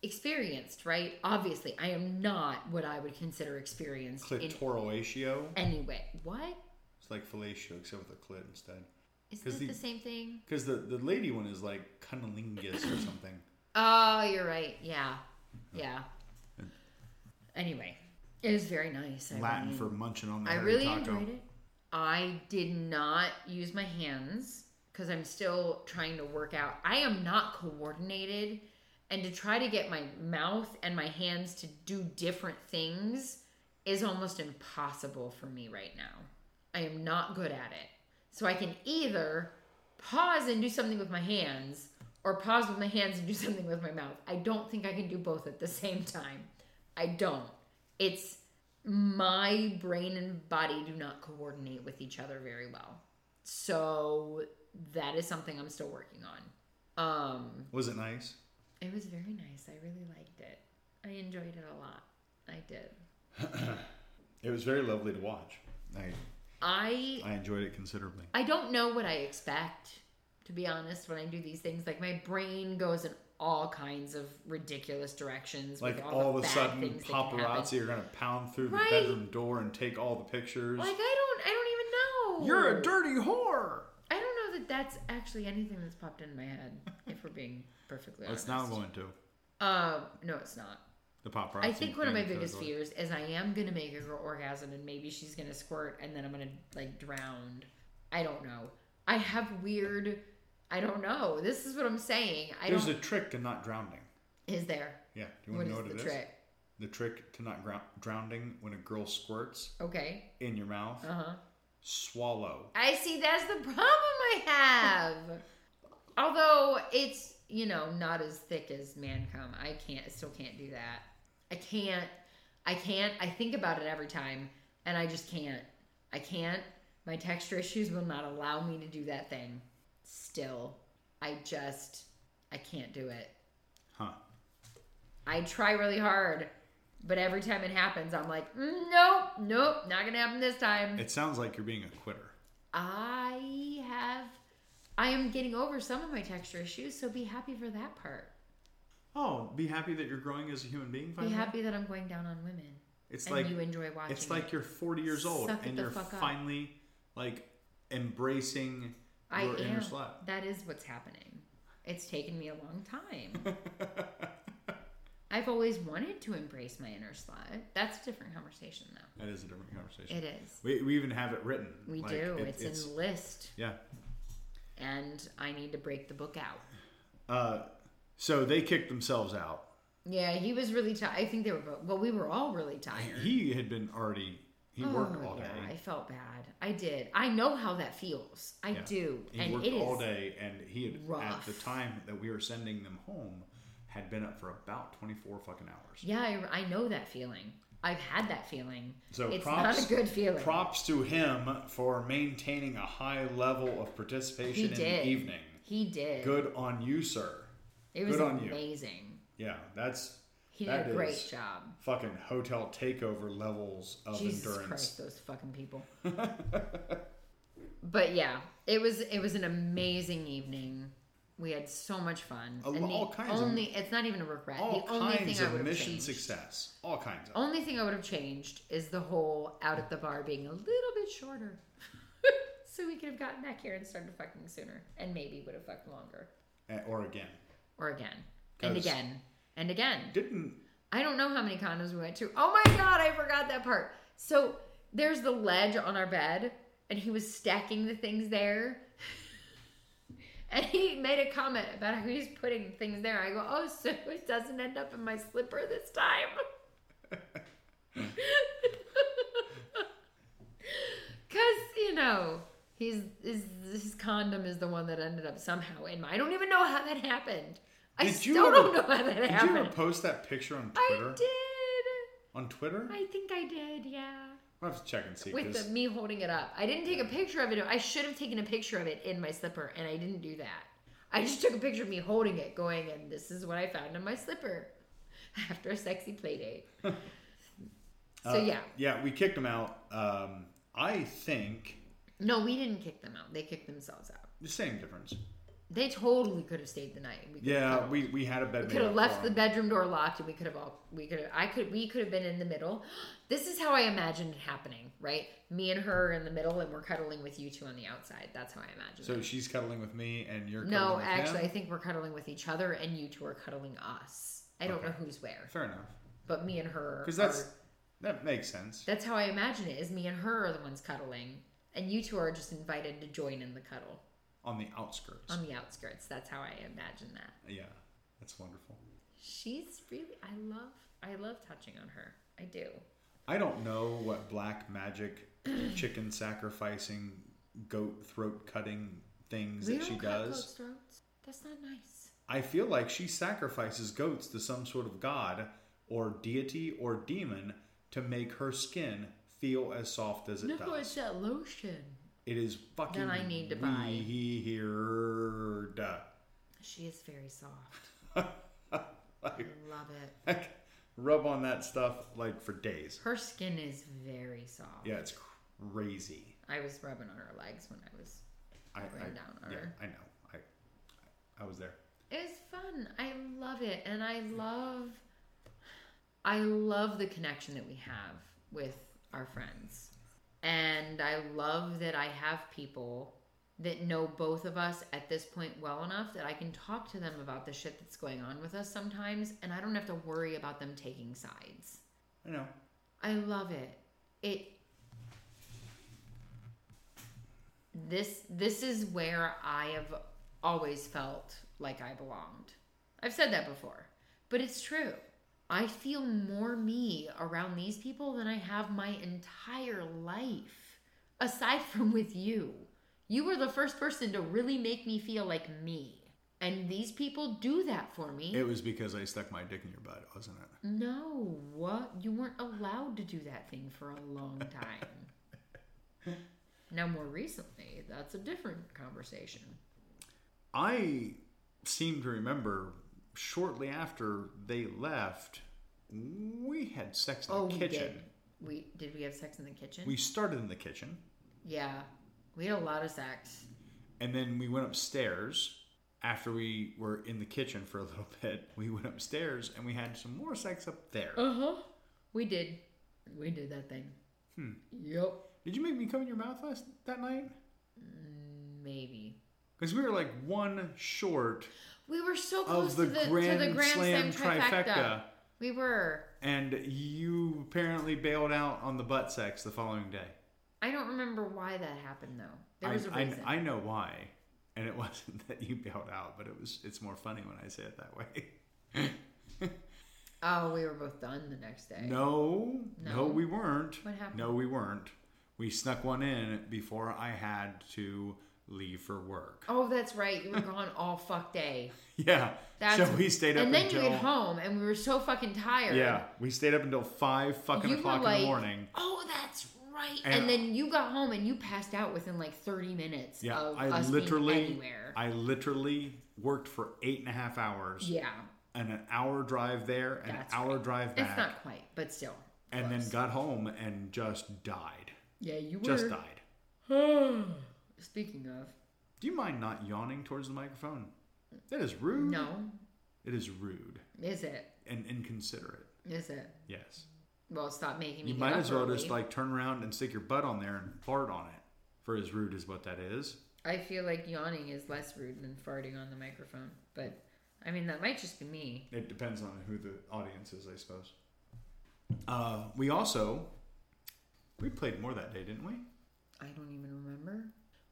Speaker 1: experienced right obviously i am not what i would consider experienced in
Speaker 2: Clitoralatio.
Speaker 1: any way what
Speaker 2: It's like fellatio except with a clit instead.
Speaker 1: is
Speaker 2: 'Cause
Speaker 1: that
Speaker 2: the-
Speaker 1: the same thing
Speaker 2: Because the, the lady one is like cunnilingus or something.
Speaker 1: Oh, you're right. Yeah. Yeah. Anyway, it was very nice. I
Speaker 2: Latin
Speaker 1: really,
Speaker 2: for munching on the
Speaker 1: I
Speaker 2: hairy
Speaker 1: really
Speaker 2: taco.
Speaker 1: enjoyed it. I did not use my hands because I'm still trying to work out. I am not coordinated. And to try to get my mouth and my hands to do different things is almost impossible for me right now. I am not good at it. So I can either pause and do something with my hands or pause with my hands and do something with my mouth. I don't think I can do both at the same time. I don't. It's my brain and body do not coordinate with each other very well. So that is something I'm still working on. Um
Speaker 2: Was it nice?
Speaker 1: it was very nice. I really liked it. I enjoyed it a lot. I did.
Speaker 2: It was very lovely to watch. I
Speaker 1: I
Speaker 2: I enjoyed it considerably.
Speaker 1: I don't know what I expect, to be honest, when I do these things. Like my brain goes in all kinds of ridiculous directions.
Speaker 2: Like
Speaker 1: with
Speaker 2: all,
Speaker 1: all, the
Speaker 2: of a
Speaker 1: bad
Speaker 2: sudden,
Speaker 1: things that can happen.
Speaker 2: paparazzi are gonna pound through
Speaker 1: Right.
Speaker 2: the bedroom door and take all the pictures.
Speaker 1: Like I don't, I don't even know.
Speaker 2: You're a dirty whore.
Speaker 1: I don't know that that's actually anything that's popped into my head. if we're being perfectly honest,
Speaker 2: It's not going to
Speaker 1: Um, no, it's not.
Speaker 2: the paparazzi.
Speaker 1: I think one of my
Speaker 2: thing
Speaker 1: biggest
Speaker 2: goes on.
Speaker 1: fears is I am gonna make a girl orgasm and maybe she's gonna squirt and then I'm gonna like drown. I don't know. I have weird. I don't know. This is what I'm saying. I
Speaker 2: There's
Speaker 1: don't.
Speaker 2: a trick to not drowning.
Speaker 1: is there?
Speaker 2: Yeah. Do you
Speaker 1: What
Speaker 2: want
Speaker 1: is
Speaker 2: to know what
Speaker 1: the
Speaker 2: it is?
Speaker 1: trick?
Speaker 2: The trick to not grou- drowning when a girl squirts
Speaker 1: Okay.
Speaker 2: in your mouth.
Speaker 1: Uh huh.
Speaker 2: Swallow.
Speaker 1: I see. That's the problem I have. Although it's you know not as thick as man cum, I can't. I still can't do that. I can't. I can't. I think about it every time, and I just can't. I can't. My texture issues will not allow me to do that thing. Still, I just. I can't do it.
Speaker 2: Huh.
Speaker 1: I try really hard, but every time it happens, I'm like, "Mm, nope, nope, not gonna happen this time.
Speaker 2: It sounds like you're being a quitter.
Speaker 1: I have I am getting over some of my texture issues, so be happy for that part.
Speaker 2: Oh, be happy that you're growing as a human being.
Speaker 1: Be
Speaker 2: Finally.
Speaker 1: happy that I'm going down on women
Speaker 2: Uh-huh. It's
Speaker 1: and
Speaker 2: like
Speaker 1: you enjoy watching.
Speaker 2: it's like you're 40 years old
Speaker 1: Suck it
Speaker 2: and
Speaker 1: the
Speaker 2: you're
Speaker 1: fuck up.
Speaker 2: finally like embracing
Speaker 1: it. I
Speaker 2: your inner
Speaker 1: am.
Speaker 2: slut.
Speaker 1: That is what's happening. It's taken me a long time. I've always wanted to embrace my inner slut. That's a different conversation, though.
Speaker 2: That is a different conversation.
Speaker 1: It is.
Speaker 2: We, we even have it written.
Speaker 1: We
Speaker 2: Like,
Speaker 1: do.
Speaker 2: it-
Speaker 1: it's, in the list,
Speaker 2: yeah.
Speaker 1: and I need to break the book out.
Speaker 2: Uh, so they kicked themselves out.
Speaker 1: Yeah, he was really tired. I think they were both. Well, we were all really tired.
Speaker 2: He had been already. He worked all day.
Speaker 1: Oh, Yeah, I felt bad. I did. I know how that feels. I
Speaker 2: Yeah.
Speaker 1: do.
Speaker 2: He
Speaker 1: and
Speaker 2: worked
Speaker 1: it is
Speaker 2: all day, and he had at
Speaker 1: rough.
Speaker 2: the time that we were sending them home had been up for about 24 fucking hours.
Speaker 1: Yeah, I, I know that feeling. I've had that feeling.
Speaker 2: So
Speaker 1: it's
Speaker 2: props,
Speaker 1: not a good feeling.
Speaker 2: props to him for maintaining a high level of participation
Speaker 1: he
Speaker 2: in
Speaker 1: did.
Speaker 2: the evening.
Speaker 1: He did.
Speaker 2: Good on you, sir.
Speaker 1: It was
Speaker 2: good on you.
Speaker 1: amazing.
Speaker 2: Yeah, that's
Speaker 1: He did
Speaker 2: That
Speaker 1: a great
Speaker 2: is
Speaker 1: job.
Speaker 2: fucking hotel takeover levels of
Speaker 1: Jesus
Speaker 2: endurance.
Speaker 1: Christ, those fucking people. but yeah, it was it was an amazing evening. We had so much fun.
Speaker 2: A-
Speaker 1: and the
Speaker 2: all kinds of-
Speaker 1: only it's not even a regret.
Speaker 2: All
Speaker 1: the only
Speaker 2: kinds
Speaker 1: thing I
Speaker 2: of
Speaker 1: would have
Speaker 2: mission
Speaker 1: changed. Oh.
Speaker 2: success. All kinds of.
Speaker 1: Only thing I would have changed is the whole out at the bar being a little bit shorter. so we could have gotten back here and started fucking sooner. And maybe would have fucked longer.
Speaker 2: Eh, Or again,
Speaker 1: Or again. And
Speaker 2: 'Cause-
Speaker 1: again. And again.
Speaker 2: didn't
Speaker 1: I don't know how many condos we went to. Oh my god, I forgot that part. So there's the ledge on our bed, and he was stacking the things there. And he made a comment about how he's putting things there. I go, oh, so it doesn't end up in my slipper this time. Cause you know, he's is his condom is the one that ended up somehow in my. I don't even know how that happened. I
Speaker 2: Did you
Speaker 1: still
Speaker 2: ever-
Speaker 1: don't know how that
Speaker 2: did
Speaker 1: happened.
Speaker 2: you ever post that picture on Twitter?
Speaker 1: I did.
Speaker 2: On Twitter,
Speaker 1: I think I did, yeah.
Speaker 2: I'll have to check and see.
Speaker 1: With
Speaker 2: 'cause-
Speaker 1: the, me holding it up. I didn't take a picture of it. I should have taken a picture of it in my slipper, and I didn't do that. I just took a picture of me holding it, going, and this is what I found in my slipper after a sexy play date. so,
Speaker 2: Uh,
Speaker 1: yeah.
Speaker 2: yeah, we kicked them out. Um, I think
Speaker 1: No, we didn't kick them out. They kicked themselves out.
Speaker 2: the same difference.
Speaker 1: They totally could have stayed the night. We could have
Speaker 2: Yeah,
Speaker 1: cuddled.
Speaker 2: we, we had a bed.
Speaker 1: We
Speaker 2: made
Speaker 1: could have
Speaker 2: up
Speaker 1: left
Speaker 2: for
Speaker 1: the
Speaker 2: 'em.
Speaker 1: bedroom door locked, and we could have all we could have I could we could have been in the middle. This is how I imagined it happening, right? Me and her are in the middle, and we're cuddling with you two on the outside. That's how I imagined.
Speaker 2: So
Speaker 1: it.
Speaker 2: she's cuddling with me, and you're cuddling
Speaker 1: No,
Speaker 2: with
Speaker 1: actually, I
Speaker 2: him?
Speaker 1: think we're cuddling with each other, and you two are cuddling us. I don't
Speaker 2: Okay.
Speaker 1: know who's where,
Speaker 2: fair enough
Speaker 1: but me and her.
Speaker 2: because that's
Speaker 1: are-
Speaker 2: that makes sense.
Speaker 1: that's how I imagine it. Is me and her are the ones cuddling, and you two are just invited to join in the cuddle
Speaker 2: On the outskirts,
Speaker 1: on the outskirts. That's how I imagine that.
Speaker 2: yeah, that's wonderful.
Speaker 1: She's really. I love. I love touching on her. I do.
Speaker 2: I don't know what black magic, chicken sacrificing, goat throat cutting things that she
Speaker 1: cut
Speaker 2: does.
Speaker 1: goats' throats. That's not nice.
Speaker 2: I feel like she sacrifices goats to some sort of god or deity or demon to make her skin feel as soft as it
Speaker 1: no,
Speaker 2: does.
Speaker 1: it's that lotion.
Speaker 2: It is fucking
Speaker 1: That I need to buy.
Speaker 2: weird.
Speaker 1: She is very soft. I
Speaker 2: like,
Speaker 1: love it.
Speaker 2: like, rub on that stuff like for days.
Speaker 1: Her skin is very soft.
Speaker 2: Yeah, it's crazy.
Speaker 1: I was rubbing on her legs when I was.
Speaker 2: I, I
Speaker 1: Ran down on
Speaker 2: yeah,
Speaker 1: her.
Speaker 2: I know. I I was there.
Speaker 1: It was fun. I love it, and I love. I love the connection that we have with our friends, and I love that I have people that know both of us at this point well enough that I can talk to them about the shit that's going on with us sometimes, and I don't have to worry about them taking sides.
Speaker 2: I know.
Speaker 1: I love it. It this this is where I have always felt like I belonged. I've said that before, but it's true. I feel more me around these people than I have my entire life aside from with you. You were the first person to really make me feel like me. And these people do that for me.
Speaker 2: It was because I stuck my dick in your butt, wasn't it?
Speaker 1: No, what? You weren't allowed to do that thing for a long time. now, more recently, that's a different conversation.
Speaker 2: I seem to remember shortly after they left, we had sex in
Speaker 1: Oh,
Speaker 2: the
Speaker 1: we
Speaker 2: kitchen.
Speaker 1: did. We did we have sex in the kitchen?
Speaker 2: We started in the kitchen,
Speaker 1: yeah, we had a lot of sex.
Speaker 2: and then we went upstairs. After we were in the kitchen for a little bit, we went upstairs and we had some more sex up there.
Speaker 1: Uh huh. We did. We did that thing. Hmm. Yep.
Speaker 2: Did you make me come in your mouth last that night?
Speaker 1: Maybe.
Speaker 2: Because we were like one short
Speaker 1: We were so close
Speaker 2: of the,
Speaker 1: to, the,
Speaker 2: Grand,
Speaker 1: to the Grand
Speaker 2: Slam,
Speaker 1: Slam,
Speaker 2: trifecta.
Speaker 1: trifecta. We were.
Speaker 2: and you apparently bailed out on the butt sex the following day.
Speaker 1: I don't remember why that happened though. There
Speaker 2: I,
Speaker 1: was a
Speaker 2: I-
Speaker 1: reason.
Speaker 2: I, know why, and it wasn't that you bailed out, but it was. It's more funny when I say it that way.
Speaker 1: oh, we were both done the next day.
Speaker 2: no, no,
Speaker 1: No.
Speaker 2: we weren't.
Speaker 1: What happened?
Speaker 2: No, we weren't. We snuck one in before I had to leave for work.
Speaker 1: Oh, that's right. You were gone all fuck day.
Speaker 2: Yeah.
Speaker 1: That's-
Speaker 2: so we stayed up
Speaker 1: And then
Speaker 2: until
Speaker 1: you get home and we were so fucking tired.
Speaker 2: yeah, we stayed up until five fucking
Speaker 1: You were
Speaker 2: o'clock in
Speaker 1: like-
Speaker 2: the morning.
Speaker 1: Oh, that's right. And,
Speaker 2: And-
Speaker 1: then you got home and you passed out within like 30 minutes
Speaker 2: Yeah,
Speaker 1: of
Speaker 2: I
Speaker 1: us
Speaker 2: literally,
Speaker 1: being anywhere.
Speaker 2: I literally worked for eight and a half hours
Speaker 1: yeah.
Speaker 2: and an hour drive there and
Speaker 1: That's
Speaker 2: an hour
Speaker 1: right.
Speaker 2: drive
Speaker 1: It's
Speaker 2: back,
Speaker 1: not quite, but still.
Speaker 2: and
Speaker 1: close.
Speaker 2: then got home and just died,
Speaker 1: Yeah, you were.
Speaker 2: just died.
Speaker 1: Speaking of.
Speaker 2: Do you mind not yawning towards the microphone? That is rude.
Speaker 1: No.
Speaker 2: It is rude
Speaker 1: Is it?
Speaker 2: and inconsiderate.
Speaker 1: Is it?
Speaker 2: Yes.
Speaker 1: Well, stop making me.
Speaker 2: You
Speaker 1: get
Speaker 2: might
Speaker 1: up
Speaker 2: as well
Speaker 1: early.
Speaker 2: just like turn around and stick your butt on there and fart on it. For as rude as what that is.
Speaker 1: I feel like yawning is less rude than farting on the microphone, but I mean that might just be me.
Speaker 2: It depends on who the audience is, I suppose. Uh, we also we played more that day, didn't we?
Speaker 1: I don't even remember.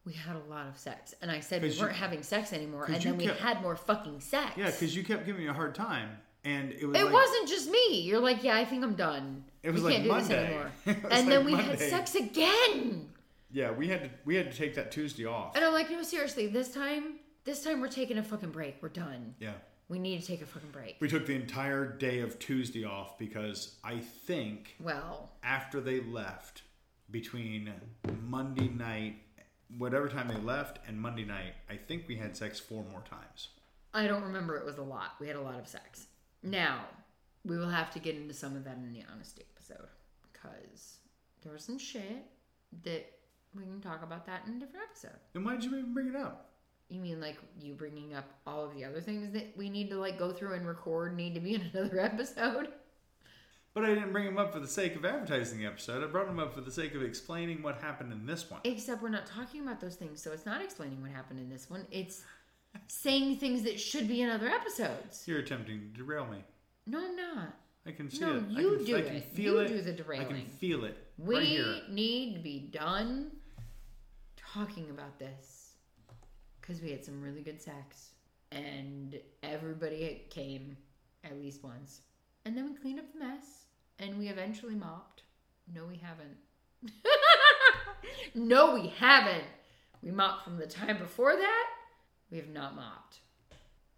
Speaker 1: We had a lot of sex, and I said we
Speaker 2: 'Cause you-
Speaker 1: weren't having sex anymore,
Speaker 2: 'cause
Speaker 1: and
Speaker 2: you
Speaker 1: then we
Speaker 2: kept-
Speaker 1: had more fucking sex.
Speaker 2: Yeah, because you kept giving me a hard time, and it was
Speaker 1: it
Speaker 2: like,
Speaker 1: wasn't just me. You're like, yeah, I think I'm done.
Speaker 2: It was
Speaker 1: we
Speaker 2: like
Speaker 1: can't do
Speaker 2: Monday.
Speaker 1: this anymore.
Speaker 2: It was
Speaker 1: and
Speaker 2: like
Speaker 1: then we had
Speaker 2: Monday.
Speaker 1: sex again,
Speaker 2: yeah we had to we had to take that Tuesday off.
Speaker 1: and I'm like, no, seriously, this time, this time we're taking a fucking break. We're done.
Speaker 2: Yeah,
Speaker 1: We need to take a fucking break.
Speaker 2: we took the entire day of Tuesday off because I think
Speaker 1: Well,
Speaker 2: after they left between Monday night, whatever time they left, and Monday night, I think we had sex four more times.
Speaker 1: I don't remember. It was a lot. We had a lot of sex. Now, we will have to get into some of that in the honesty episode because there was some shit that we can talk about that in a different episode.
Speaker 2: Then why did you even bring it up?
Speaker 1: You mean like you bringing up all of the other things that we need to like go through and record need to be in another episode?
Speaker 2: But I didn't bring them up for the sake of advertising the episode. I brought them up for the sake of explaining what happened in this one.
Speaker 1: Except we're not talking about those things, so it's not explaining what happened in this one. It's saying things that should be in other episodes.
Speaker 2: You're attempting to derail me.
Speaker 1: No, I'm not.
Speaker 2: I can see
Speaker 1: No,
Speaker 2: it.
Speaker 1: you
Speaker 2: I can,
Speaker 1: do
Speaker 2: I can
Speaker 1: it.
Speaker 2: Feel
Speaker 1: You
Speaker 2: it.
Speaker 1: do the
Speaker 2: I can
Speaker 1: derailing.
Speaker 2: feel it.
Speaker 1: We
Speaker 2: right here.
Speaker 1: need to be done talking about this because we had some really good sex and everybody came at least once. And then we cleaned up the mess and we eventually mopped. No, we haven't. no, we haven't. We mopped from the time before that. We have not mopped.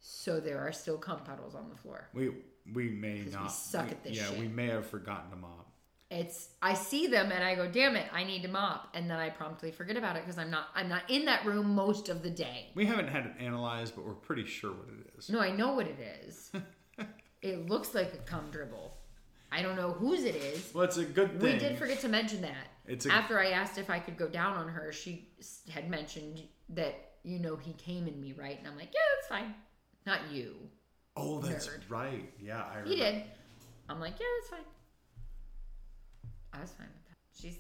Speaker 1: So there are still cum puddles on the floor.
Speaker 2: We we may
Speaker 1: 'Cause we
Speaker 2: not
Speaker 1: suck at this
Speaker 2: Yeah,
Speaker 1: shit.
Speaker 2: we may have forgotten to mop.
Speaker 1: it's i see them and i go damn it i need to mop and then i promptly forget about it because i'm not i'm not in that room most of the day
Speaker 2: We haven't had it analyzed, but we're pretty sure what it is.
Speaker 1: no i know what it is it looks like a cum dribble i don't know whose it is
Speaker 2: Well, it's a good thing.
Speaker 1: we did forget to mention that
Speaker 2: It's a-
Speaker 1: after i asked if i could go down on her she s- had mentioned that you know he came in me right and i'm like yeah that's fine not you
Speaker 2: oh, that's
Speaker 1: Nerd.
Speaker 2: right. Yeah, I remember.
Speaker 1: he did i'm like yeah that's fine i was fine with that she's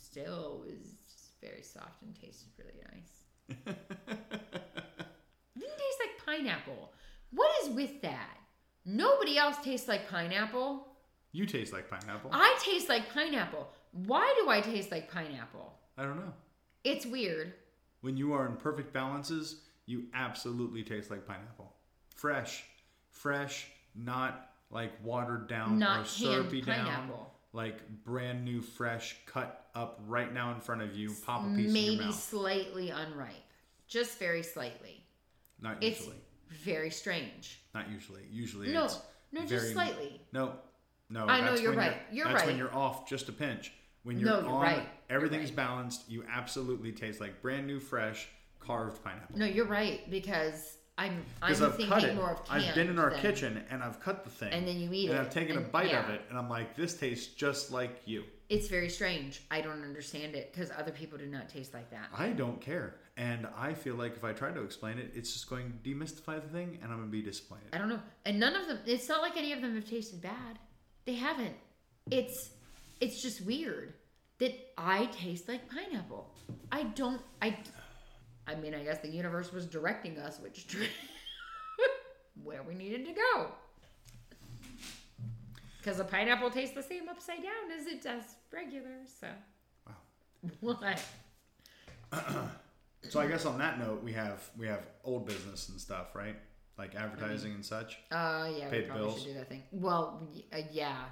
Speaker 1: still was just very soft and tasted really nice didn't taste like pineapple. What is with that? Nobody else tastes like pineapple.
Speaker 2: you taste like pineapple. I,
Speaker 1: I taste like pineapple. Why do I taste like pineapple?
Speaker 2: don't know.
Speaker 1: It's weird.
Speaker 2: When you are in perfect balances, you absolutely taste like pineapple. Fresh, fresh, not like watered down or
Speaker 1: Not canned
Speaker 2: Um, syrupy down.
Speaker 1: pineapple.
Speaker 2: Like brand new, fresh, cut up right now in front of you. Pop a piece in your
Speaker 1: Maybe
Speaker 2: mouth.
Speaker 1: slightly unripe. Just very slightly.
Speaker 2: Not
Speaker 1: It's
Speaker 2: usually.
Speaker 1: very strange.
Speaker 2: Not usually. Usually
Speaker 1: No,
Speaker 2: it's
Speaker 1: no, just
Speaker 2: very-
Speaker 1: slightly.
Speaker 2: No, no.
Speaker 1: I know,
Speaker 2: that's
Speaker 1: you're
Speaker 2: when
Speaker 1: right. You're
Speaker 2: that's
Speaker 1: right.
Speaker 2: when you're off just a pinch. When you're
Speaker 1: No, you're
Speaker 2: on,
Speaker 1: right. You're
Speaker 2: everything's
Speaker 1: right.
Speaker 2: balanced. You absolutely taste like brand new, fresh, carved pineapple.
Speaker 1: No, you're right because I'm I'm
Speaker 2: Because I've
Speaker 1: thinking
Speaker 2: cut it.
Speaker 1: more of canned.
Speaker 2: I've been in our
Speaker 1: than-
Speaker 2: kitchen and I've cut the thing.
Speaker 1: And then you eat
Speaker 2: and
Speaker 1: it,
Speaker 2: I've taken a
Speaker 1: and-
Speaker 2: bite of
Speaker 1: yeah.
Speaker 2: it, and I'm like, this tastes just like you.
Speaker 1: It's very strange. I don't understand it because other people do not taste like that.
Speaker 2: I don't care, and I feel like if I try to explain it, it's just going to demystify the thing, and I'm gonna be disappointed.
Speaker 1: I don't know. And none of them it's not like any of them have tasted bad. They haven't. It's it's just weird that I taste like pineapple. I don't I I mean, I guess the universe was directing us which dir- where we needed to go. Cuz a pineapple tastes the same upside down as it does regular, so.
Speaker 2: Wow.
Speaker 1: What?
Speaker 2: So I guess on that note, we have we have old business and stuff, right? Like advertising and such.
Speaker 1: Uh yeah,
Speaker 2: Pay
Speaker 1: we
Speaker 2: the
Speaker 1: probably
Speaker 2: bills.
Speaker 1: should do that thing. Well, y- uh, yeah.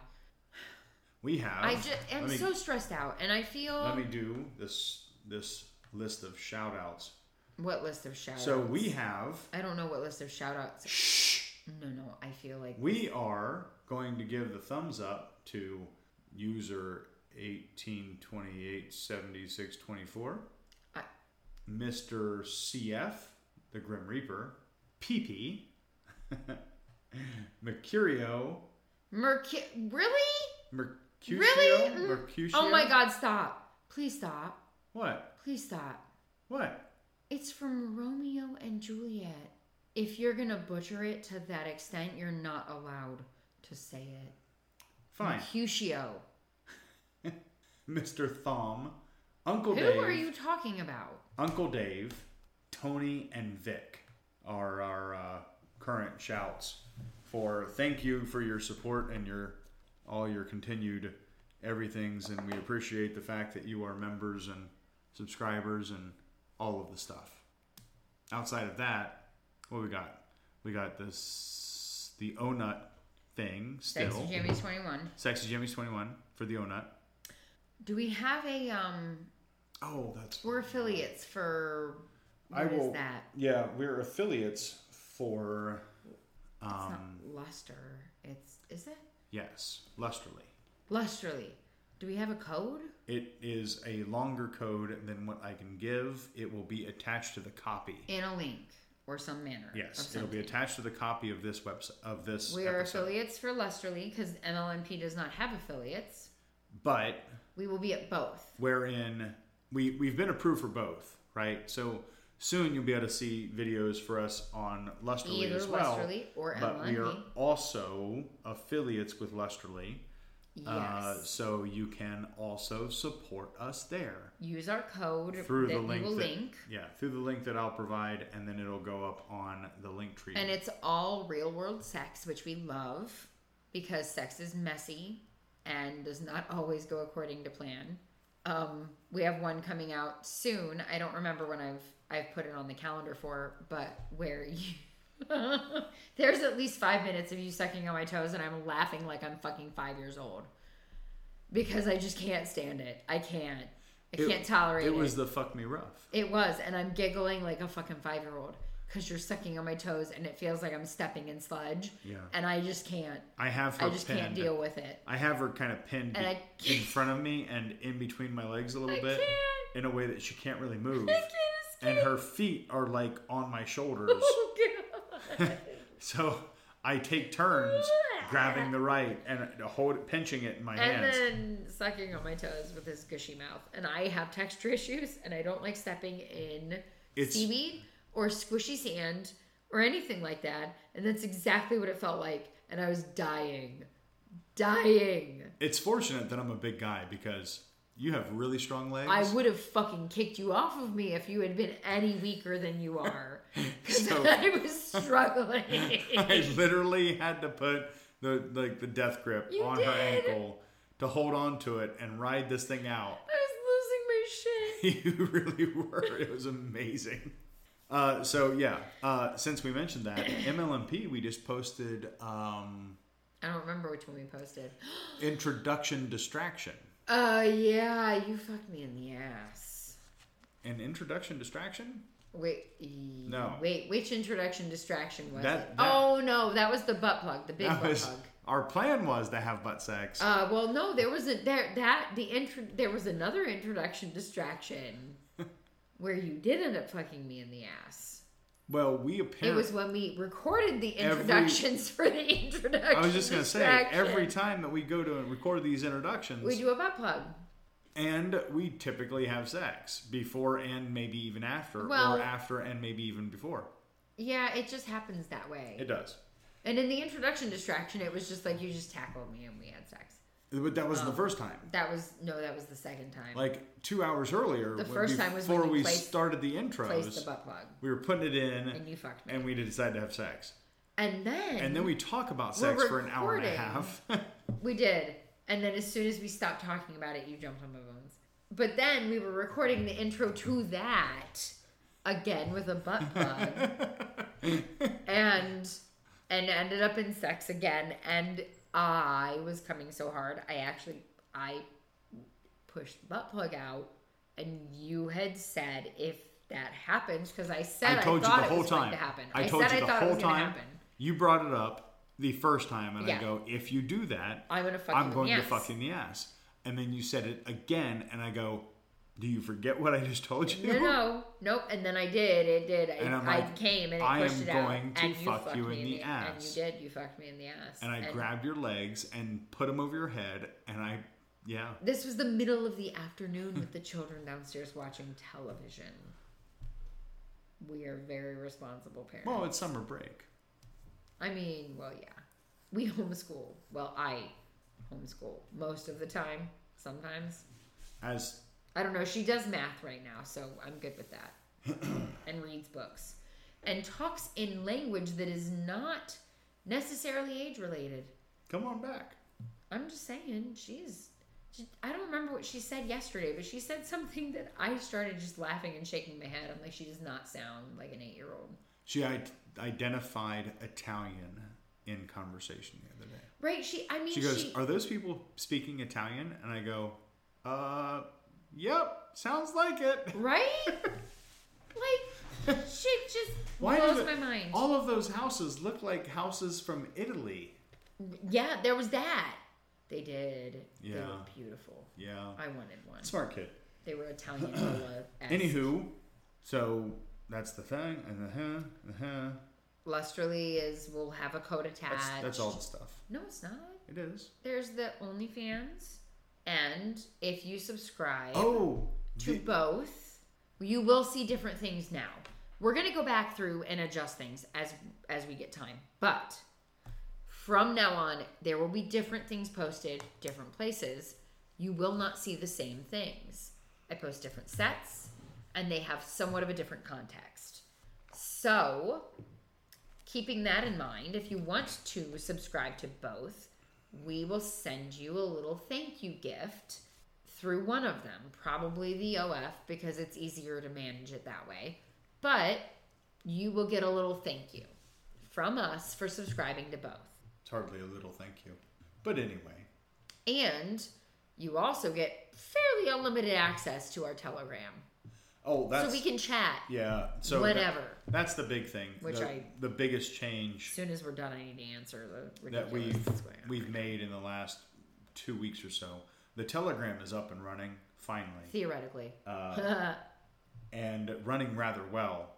Speaker 2: We have.
Speaker 1: I just am
Speaker 2: let me-
Speaker 1: so stressed out and I feel
Speaker 2: Let me do this this list of shout outs
Speaker 1: What list of shout outs?
Speaker 2: So we have.
Speaker 1: I don't know what list of shout outs.
Speaker 2: Shh.
Speaker 1: No, no. I feel like
Speaker 2: We are going to give the thumbs up to user 18287624,
Speaker 1: I-
Speaker 2: Mr. CF, the Grim Reaper, PP, Mercurio,
Speaker 1: Mercu- Really?
Speaker 2: Mercutio,
Speaker 1: Really? Mm.
Speaker 2: Mercutio.
Speaker 1: Oh my God! Stop! Please stop!
Speaker 2: What?
Speaker 1: Please stop!
Speaker 2: What?
Speaker 1: It's from Romeo and Juliet. If you're gonna butcher it to that extent, you're not allowed to say it.
Speaker 2: Fine.
Speaker 1: Mercutio.
Speaker 2: Mr. Thom, Uncle
Speaker 1: Who
Speaker 2: Dave,
Speaker 1: are you talking about?
Speaker 2: Uncle Dave, Tony, and Vic are our uh, current shouts for thank you for your support and your all your continued everything's and we appreciate the fact that you are members and subscribers and all of the stuff. Outside of that, what we got? We got this the O Nut thing still.
Speaker 1: Sexy Jimmy's 21.
Speaker 2: Sexy Jimmy's twenty one for the O Nut.
Speaker 1: Do we have a um?
Speaker 2: Oh, that's
Speaker 1: We're affiliates for what
Speaker 2: I
Speaker 1: is
Speaker 2: will-
Speaker 1: that?
Speaker 2: Yeah, we're affiliates for.
Speaker 1: It's
Speaker 2: Um,
Speaker 1: not luster. It's is it
Speaker 2: yes, Lusterly.
Speaker 1: lusterly? Do we have a code?
Speaker 2: It is a longer code than what I can give. It will be attached to the copy.
Speaker 1: In a link or some manner. of
Speaker 2: Yes,
Speaker 1: some
Speaker 2: it'll be
Speaker 1: kind.
Speaker 2: attached to the copy of this website of this.
Speaker 1: We are
Speaker 2: episode.
Speaker 1: affiliates for lusterly because MLNP does not have affiliates.
Speaker 2: but
Speaker 1: We will be at both.
Speaker 2: wherein we we've been approved for both, right? So soon you'll be able to see videos for us on Lusterly
Speaker 1: Either
Speaker 2: as well.
Speaker 1: Lusterly or
Speaker 2: but we are
Speaker 1: MLNP.
Speaker 2: also affiliates with Lusterly.
Speaker 1: Yes.
Speaker 2: Uh, so you can also support us there
Speaker 1: Use our code
Speaker 2: through
Speaker 1: that
Speaker 2: the link.
Speaker 1: we will
Speaker 2: that-
Speaker 1: link.
Speaker 2: Yeah, through the link that I'll provide, and then it'll go up on the link tree.
Speaker 1: And it's all real world sex, which we love because sex is messy and does not always go according to plan. Um, we have one coming out soon. I don't remember when I've I've put it on the calendar for, but where you there's at least five minutes of you sucking on my toes and I'm laughing like I'm fucking five years old. Because I just can't stand it. I can't. I
Speaker 2: It-
Speaker 1: can't tolerate it.
Speaker 2: it was the fuck me rough.
Speaker 1: It was, and I'm giggling like a fucking five year old because you're sucking on my toes and it feels like I'm stepping in sludge.
Speaker 2: Yeah.
Speaker 1: And I just can't.
Speaker 2: I have her
Speaker 1: I just
Speaker 2: pinned.
Speaker 1: can't deal with it.
Speaker 2: I have her kind of pinned
Speaker 1: And I
Speaker 2: in
Speaker 1: can't-
Speaker 2: front of me and in between my legs a little
Speaker 1: I
Speaker 2: bit
Speaker 1: can't.
Speaker 2: in a way that she can't really move.
Speaker 1: I can't
Speaker 2: And
Speaker 1: escape.
Speaker 2: her feet are like on my shoulders.
Speaker 1: Oh, God.
Speaker 2: so I take turns grabbing the right and hold pinching it in my
Speaker 1: and
Speaker 2: hands.
Speaker 1: then sucking on my toes with his gushy mouth. And I have texture issues and I don't like stepping in
Speaker 2: It's-
Speaker 1: seaweed or squishy sand or anything like that. And that's exactly what it felt like. And I was dying. Dying.
Speaker 2: It's fortunate that I'm a big guy because you have really strong legs.
Speaker 1: I would have fucking kicked you off of me if you had been any weaker than you are. 'Cause
Speaker 2: So-
Speaker 1: I was struggling.
Speaker 2: I literally had to put the like the death grip
Speaker 1: You
Speaker 2: on her
Speaker 1: did.
Speaker 2: ankle to hold on to it and ride this thing out.
Speaker 1: I was losing my shit.
Speaker 2: You really were. It was amazing. Uh, so yeah, uh, since we mentioned that MLMP, we just posted um,
Speaker 1: I don't remember which one we posted.
Speaker 2: introduction distraction.
Speaker 1: Uh, yeah, you fucked me in the ass.
Speaker 2: An introduction distraction?
Speaker 1: Wait, e-
Speaker 2: No.
Speaker 1: Wait, which introduction distraction was
Speaker 2: That-
Speaker 1: it?
Speaker 2: that-
Speaker 1: oh no, that was the butt plug, the big
Speaker 2: That
Speaker 1: butt
Speaker 2: was
Speaker 1: plug.
Speaker 2: our plan was to have butt sex.
Speaker 1: Uh, well, no, there wasn't there that the intro. There was another introduction distraction where you did end up fucking me in the ass.
Speaker 2: well, we
Speaker 1: It
Speaker 2: apparently
Speaker 1: was when we recorded the
Speaker 2: Every-
Speaker 1: introductions for the introduction.
Speaker 2: I was just gonna say
Speaker 1: distraction.
Speaker 2: every time that we go to and record these introductions,
Speaker 1: we do a butt plug.
Speaker 2: and we typically have sex before and maybe even after,
Speaker 1: Well-
Speaker 2: or after and maybe even before.
Speaker 1: Yeah, it just happens that way.
Speaker 2: It does,
Speaker 1: and in the introduction distraction, it was just like you just tackled me and we had sex.
Speaker 2: but that was
Speaker 1: Oh.
Speaker 2: the first time.
Speaker 1: That was no, that was the second time.
Speaker 2: Like two hours earlier,
Speaker 1: The
Speaker 2: when-
Speaker 1: first time was when
Speaker 2: before
Speaker 1: we
Speaker 2: we
Speaker 1: placed-
Speaker 2: started the
Speaker 1: Place the
Speaker 2: intros.
Speaker 1: butt plug,
Speaker 2: We were putting it in,
Speaker 1: and you fucked me.
Speaker 2: and we decided to have sex,
Speaker 1: And then
Speaker 2: and then we talk about
Speaker 1: Mm-hmm. We're
Speaker 2: sex for an hour and a
Speaker 1: recording.
Speaker 2: half.
Speaker 1: We did. And then as soon as we stopped talking about it, you jumped on my bones. But then we were recording the intro to that again with a butt plug. and and ended up in sex again and I was coming so hard. I actually I pushed the butt plug out and you had said if that happens because I said
Speaker 2: I
Speaker 1: I,
Speaker 2: told you the
Speaker 1: thought it
Speaker 2: whole
Speaker 1: was going
Speaker 2: time.
Speaker 1: to happen.
Speaker 2: I told
Speaker 1: said
Speaker 2: you
Speaker 1: I
Speaker 2: the
Speaker 1: thought it
Speaker 2: whole
Speaker 1: was going to
Speaker 2: time.
Speaker 1: happen.
Speaker 2: You brought it up the first time, and I
Speaker 1: Yeah.
Speaker 2: go, if you do that,
Speaker 1: I'm gonna fuck you
Speaker 2: I'm
Speaker 1: in
Speaker 2: going
Speaker 1: the
Speaker 2: to
Speaker 1: ass."
Speaker 2: fuck you in the ass. And then you said it again, and I go, do you forget what I just told you?
Speaker 1: No, no, nope. And then I did. It did. I,
Speaker 2: And I'm
Speaker 1: I
Speaker 2: like,
Speaker 1: came and it
Speaker 2: "I
Speaker 1: pushed
Speaker 2: am
Speaker 1: it out.
Speaker 2: going to
Speaker 1: and you
Speaker 2: fuck
Speaker 1: fucked
Speaker 2: you
Speaker 1: me
Speaker 2: in the
Speaker 1: And
Speaker 2: ass.
Speaker 1: you did. You fucked me in the ass.
Speaker 2: And I grabbed your legs and put them over your head, and I, yeah.
Speaker 1: This was the middle of the afternoon with the children downstairs watching television. We are very responsible parents.
Speaker 2: Well, it's summer break.
Speaker 1: I mean, well, yeah. We homeschool. Well, I homeschool most of the time, sometimes.
Speaker 2: As
Speaker 1: I don't know. She does math right now, so I'm good with that. and reads books and talks in language that is not necessarily age related.
Speaker 2: come on back.
Speaker 1: I'm just saying, she's. She, I don't remember what she said yesterday, but she said something that I started just laughing and shaking my head. I'm like, she does not sound like an eight year old.
Speaker 2: She I- identified Italian in conversation the other day.
Speaker 1: Right? She, I mean, she.
Speaker 2: She goes, "Are those people speaking Italian?" And I go, "Uh, yep, sounds like it."
Speaker 1: right? like, she just
Speaker 2: do
Speaker 1: blows
Speaker 2: the-
Speaker 1: my mind.
Speaker 2: All of those houses look like houses from Italy.
Speaker 1: yeah, there was that. They did. They were
Speaker 2: Yeah.
Speaker 1: beautiful.
Speaker 2: Yeah,
Speaker 1: I wanted one.
Speaker 2: smart kid.
Speaker 1: They were Italian Lola.
Speaker 2: Anywho, so that's the thing, and the huh, the huh.
Speaker 1: Lusterly is will have a coat attached.
Speaker 2: That's, that's all the stuff.
Speaker 1: No, it's not.
Speaker 2: It is.
Speaker 1: There's the OnlyFans, and if you subscribe
Speaker 2: Oh,
Speaker 1: to
Speaker 2: the-
Speaker 1: both, you will see different things now. We're gonna go back through and adjust things as as we get time, but from now on, there will be different things posted, different places. You will not see the same things. I post different sets, and they have somewhat of a different context. So, keeping that in mind, if you want to subscribe to both, we will send you a little thank you gift through one of them, probably the OF, because it's easier to manage it that way. But you will get a little thank you from us for subscribing to both.
Speaker 2: it's hardly a little thank you, but anyway,
Speaker 1: And you also get fairly unlimited access to our Telegram.
Speaker 2: oh, that's
Speaker 1: so we can chat
Speaker 2: yeah. So that-
Speaker 1: whenever.
Speaker 2: that's the big thing.
Speaker 1: Which
Speaker 2: the,
Speaker 1: I-
Speaker 2: the biggest change
Speaker 1: as soon as we're done, I need to answer the ridiculous
Speaker 2: that we've
Speaker 1: that's going on.
Speaker 2: we've made in the last two weeks or so. The Telegram is up and running finally,
Speaker 1: Theoretically.
Speaker 2: uh, and running rather well.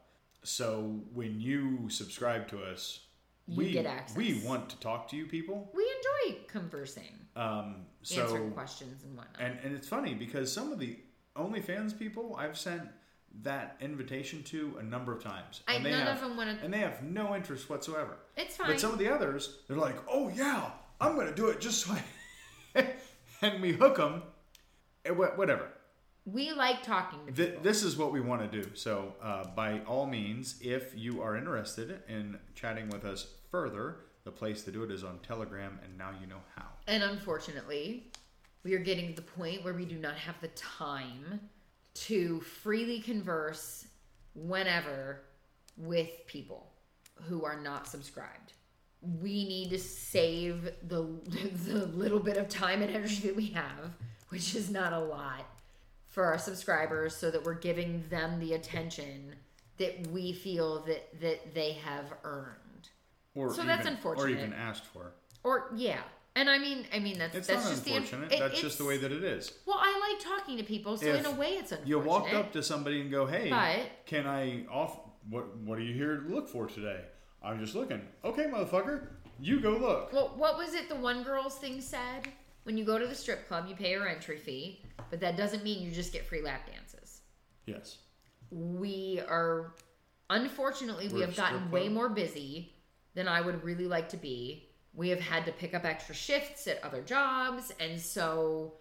Speaker 2: So when you subscribe to us,
Speaker 1: You
Speaker 2: we
Speaker 1: get access.
Speaker 2: we want to talk to you people.
Speaker 1: we enjoy conversing,
Speaker 2: Um,
Speaker 1: answering
Speaker 2: so
Speaker 1: questions and whatnot.
Speaker 2: and and it's funny because some of the OnlyFans people I've sent that invitation to a number of times,
Speaker 1: I-
Speaker 2: and they
Speaker 1: none
Speaker 2: have
Speaker 1: of them wanna-
Speaker 2: and they have no interest whatsoever.
Speaker 1: it's fine.
Speaker 2: But some of the others, they're like, "Oh yeah, I'm gonna do it just so." I... and we hook them, whatever.
Speaker 1: we like talking to
Speaker 2: Th-
Speaker 1: people.
Speaker 2: this is what we want to do. So, uh, by all means, if you are interested in chatting with us further, the place to do it is on Telegram, and now you know how.
Speaker 1: and unfortunately, we are getting to the point where we do not have the time to freely converse whenever with people who are not subscribed. We need to save the, the little bit of time and energy that we have, which is not a lot, for our subscribers so that we're giving them the attention that we feel that, that they have earned.
Speaker 2: Or
Speaker 1: So that's
Speaker 2: even- Or
Speaker 1: unfortunate.
Speaker 2: even asked for.
Speaker 1: Or yeah, and I mean, I mean that's
Speaker 2: It's
Speaker 1: that's
Speaker 2: not
Speaker 1: just
Speaker 2: unfortunate.
Speaker 1: the it-
Speaker 2: that's just the
Speaker 1: it's-
Speaker 2: way that it is.
Speaker 1: Well, I like talking to people, so
Speaker 2: If
Speaker 1: in a way, it's unfortunate.
Speaker 2: You walked up to somebody and go, "Hey,
Speaker 1: But-
Speaker 2: can I off? What What are you here to look for today? I'm just looking. Okay, motherfucker, you go look.
Speaker 1: Well, what was it the one girl's thing said? When you go to the strip club, you pay your entry fee, but that doesn't mean you just get free lap dances.
Speaker 2: Yes,
Speaker 1: We are, unfortunately, we
Speaker 2: We're a
Speaker 1: have
Speaker 2: strip
Speaker 1: gotten way
Speaker 2: club.
Speaker 1: more busy than I would really like to be. We have had to pick up extra shifts at other jobs, and so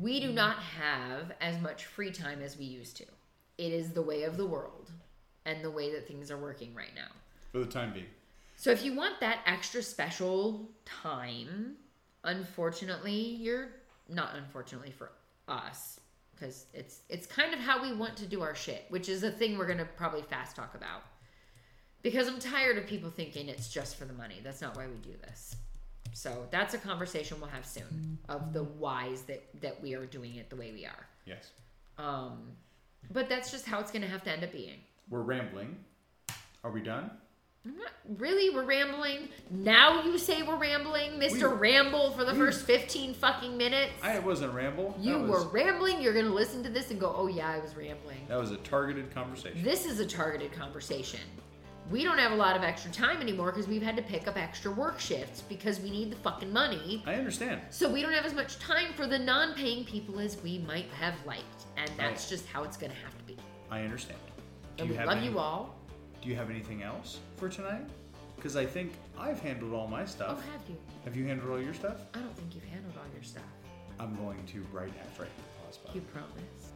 Speaker 1: we do not have as much free time as we used to. It is the way of the world and the way that things are working right now.
Speaker 2: for the time being.
Speaker 1: So if you want that extra special time, unfortunately, you're not unfortunately for us because it's it's kind of how we want to do our shit, which is a thing we're going to probably fast talk about. Because I'm tired of people thinking it's just for the money. That's not why we do this. So that's a conversation we'll have soon of the whys that that we are doing it the way we are.
Speaker 2: Yes,
Speaker 1: Um But that's just how it's going to have to end up being.
Speaker 2: We're rambling. Are we done?
Speaker 1: I'm not really. We're rambling. Now you say we're rambling, Mister
Speaker 2: We-
Speaker 1: Ramble, for the
Speaker 2: we-
Speaker 1: first fifteen fucking minutes.
Speaker 2: I it wasn't a ramble.
Speaker 1: you
Speaker 2: that
Speaker 1: were
Speaker 2: was,
Speaker 1: rambling. You're going to listen to this and go, "Oh yeah, I was rambling."
Speaker 2: That was a targeted conversation.
Speaker 1: This is a targeted conversation. We don't have a lot of extra time anymore because we've had to pick up extra work shifts because we need the fucking money.
Speaker 2: I understand.
Speaker 1: So we don't have as much time for the non paying people as we might have liked. And that's
Speaker 2: Right.
Speaker 1: just how it's going to have to be.
Speaker 2: I understand.
Speaker 1: And we love
Speaker 2: any-
Speaker 1: you all.
Speaker 2: Do you have anything else for tonight? Because I think I've handled all my
Speaker 1: Oh,
Speaker 2: stuff.
Speaker 1: have you?
Speaker 2: Have you handled all your stuff?
Speaker 1: I don't think you've handled all your stuff.
Speaker 2: I'm going to right after I hit the pause button.
Speaker 1: You promise.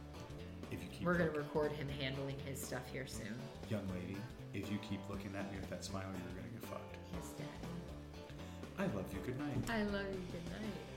Speaker 2: If you keep
Speaker 1: We're going to
Speaker 2: looking-
Speaker 1: record him handling his stuff here soon.
Speaker 2: young lady, if you keep looking at me with that smile, you're gonna get fucked.
Speaker 1: His dad.
Speaker 2: I love you. Good night.
Speaker 1: I love you. Good night.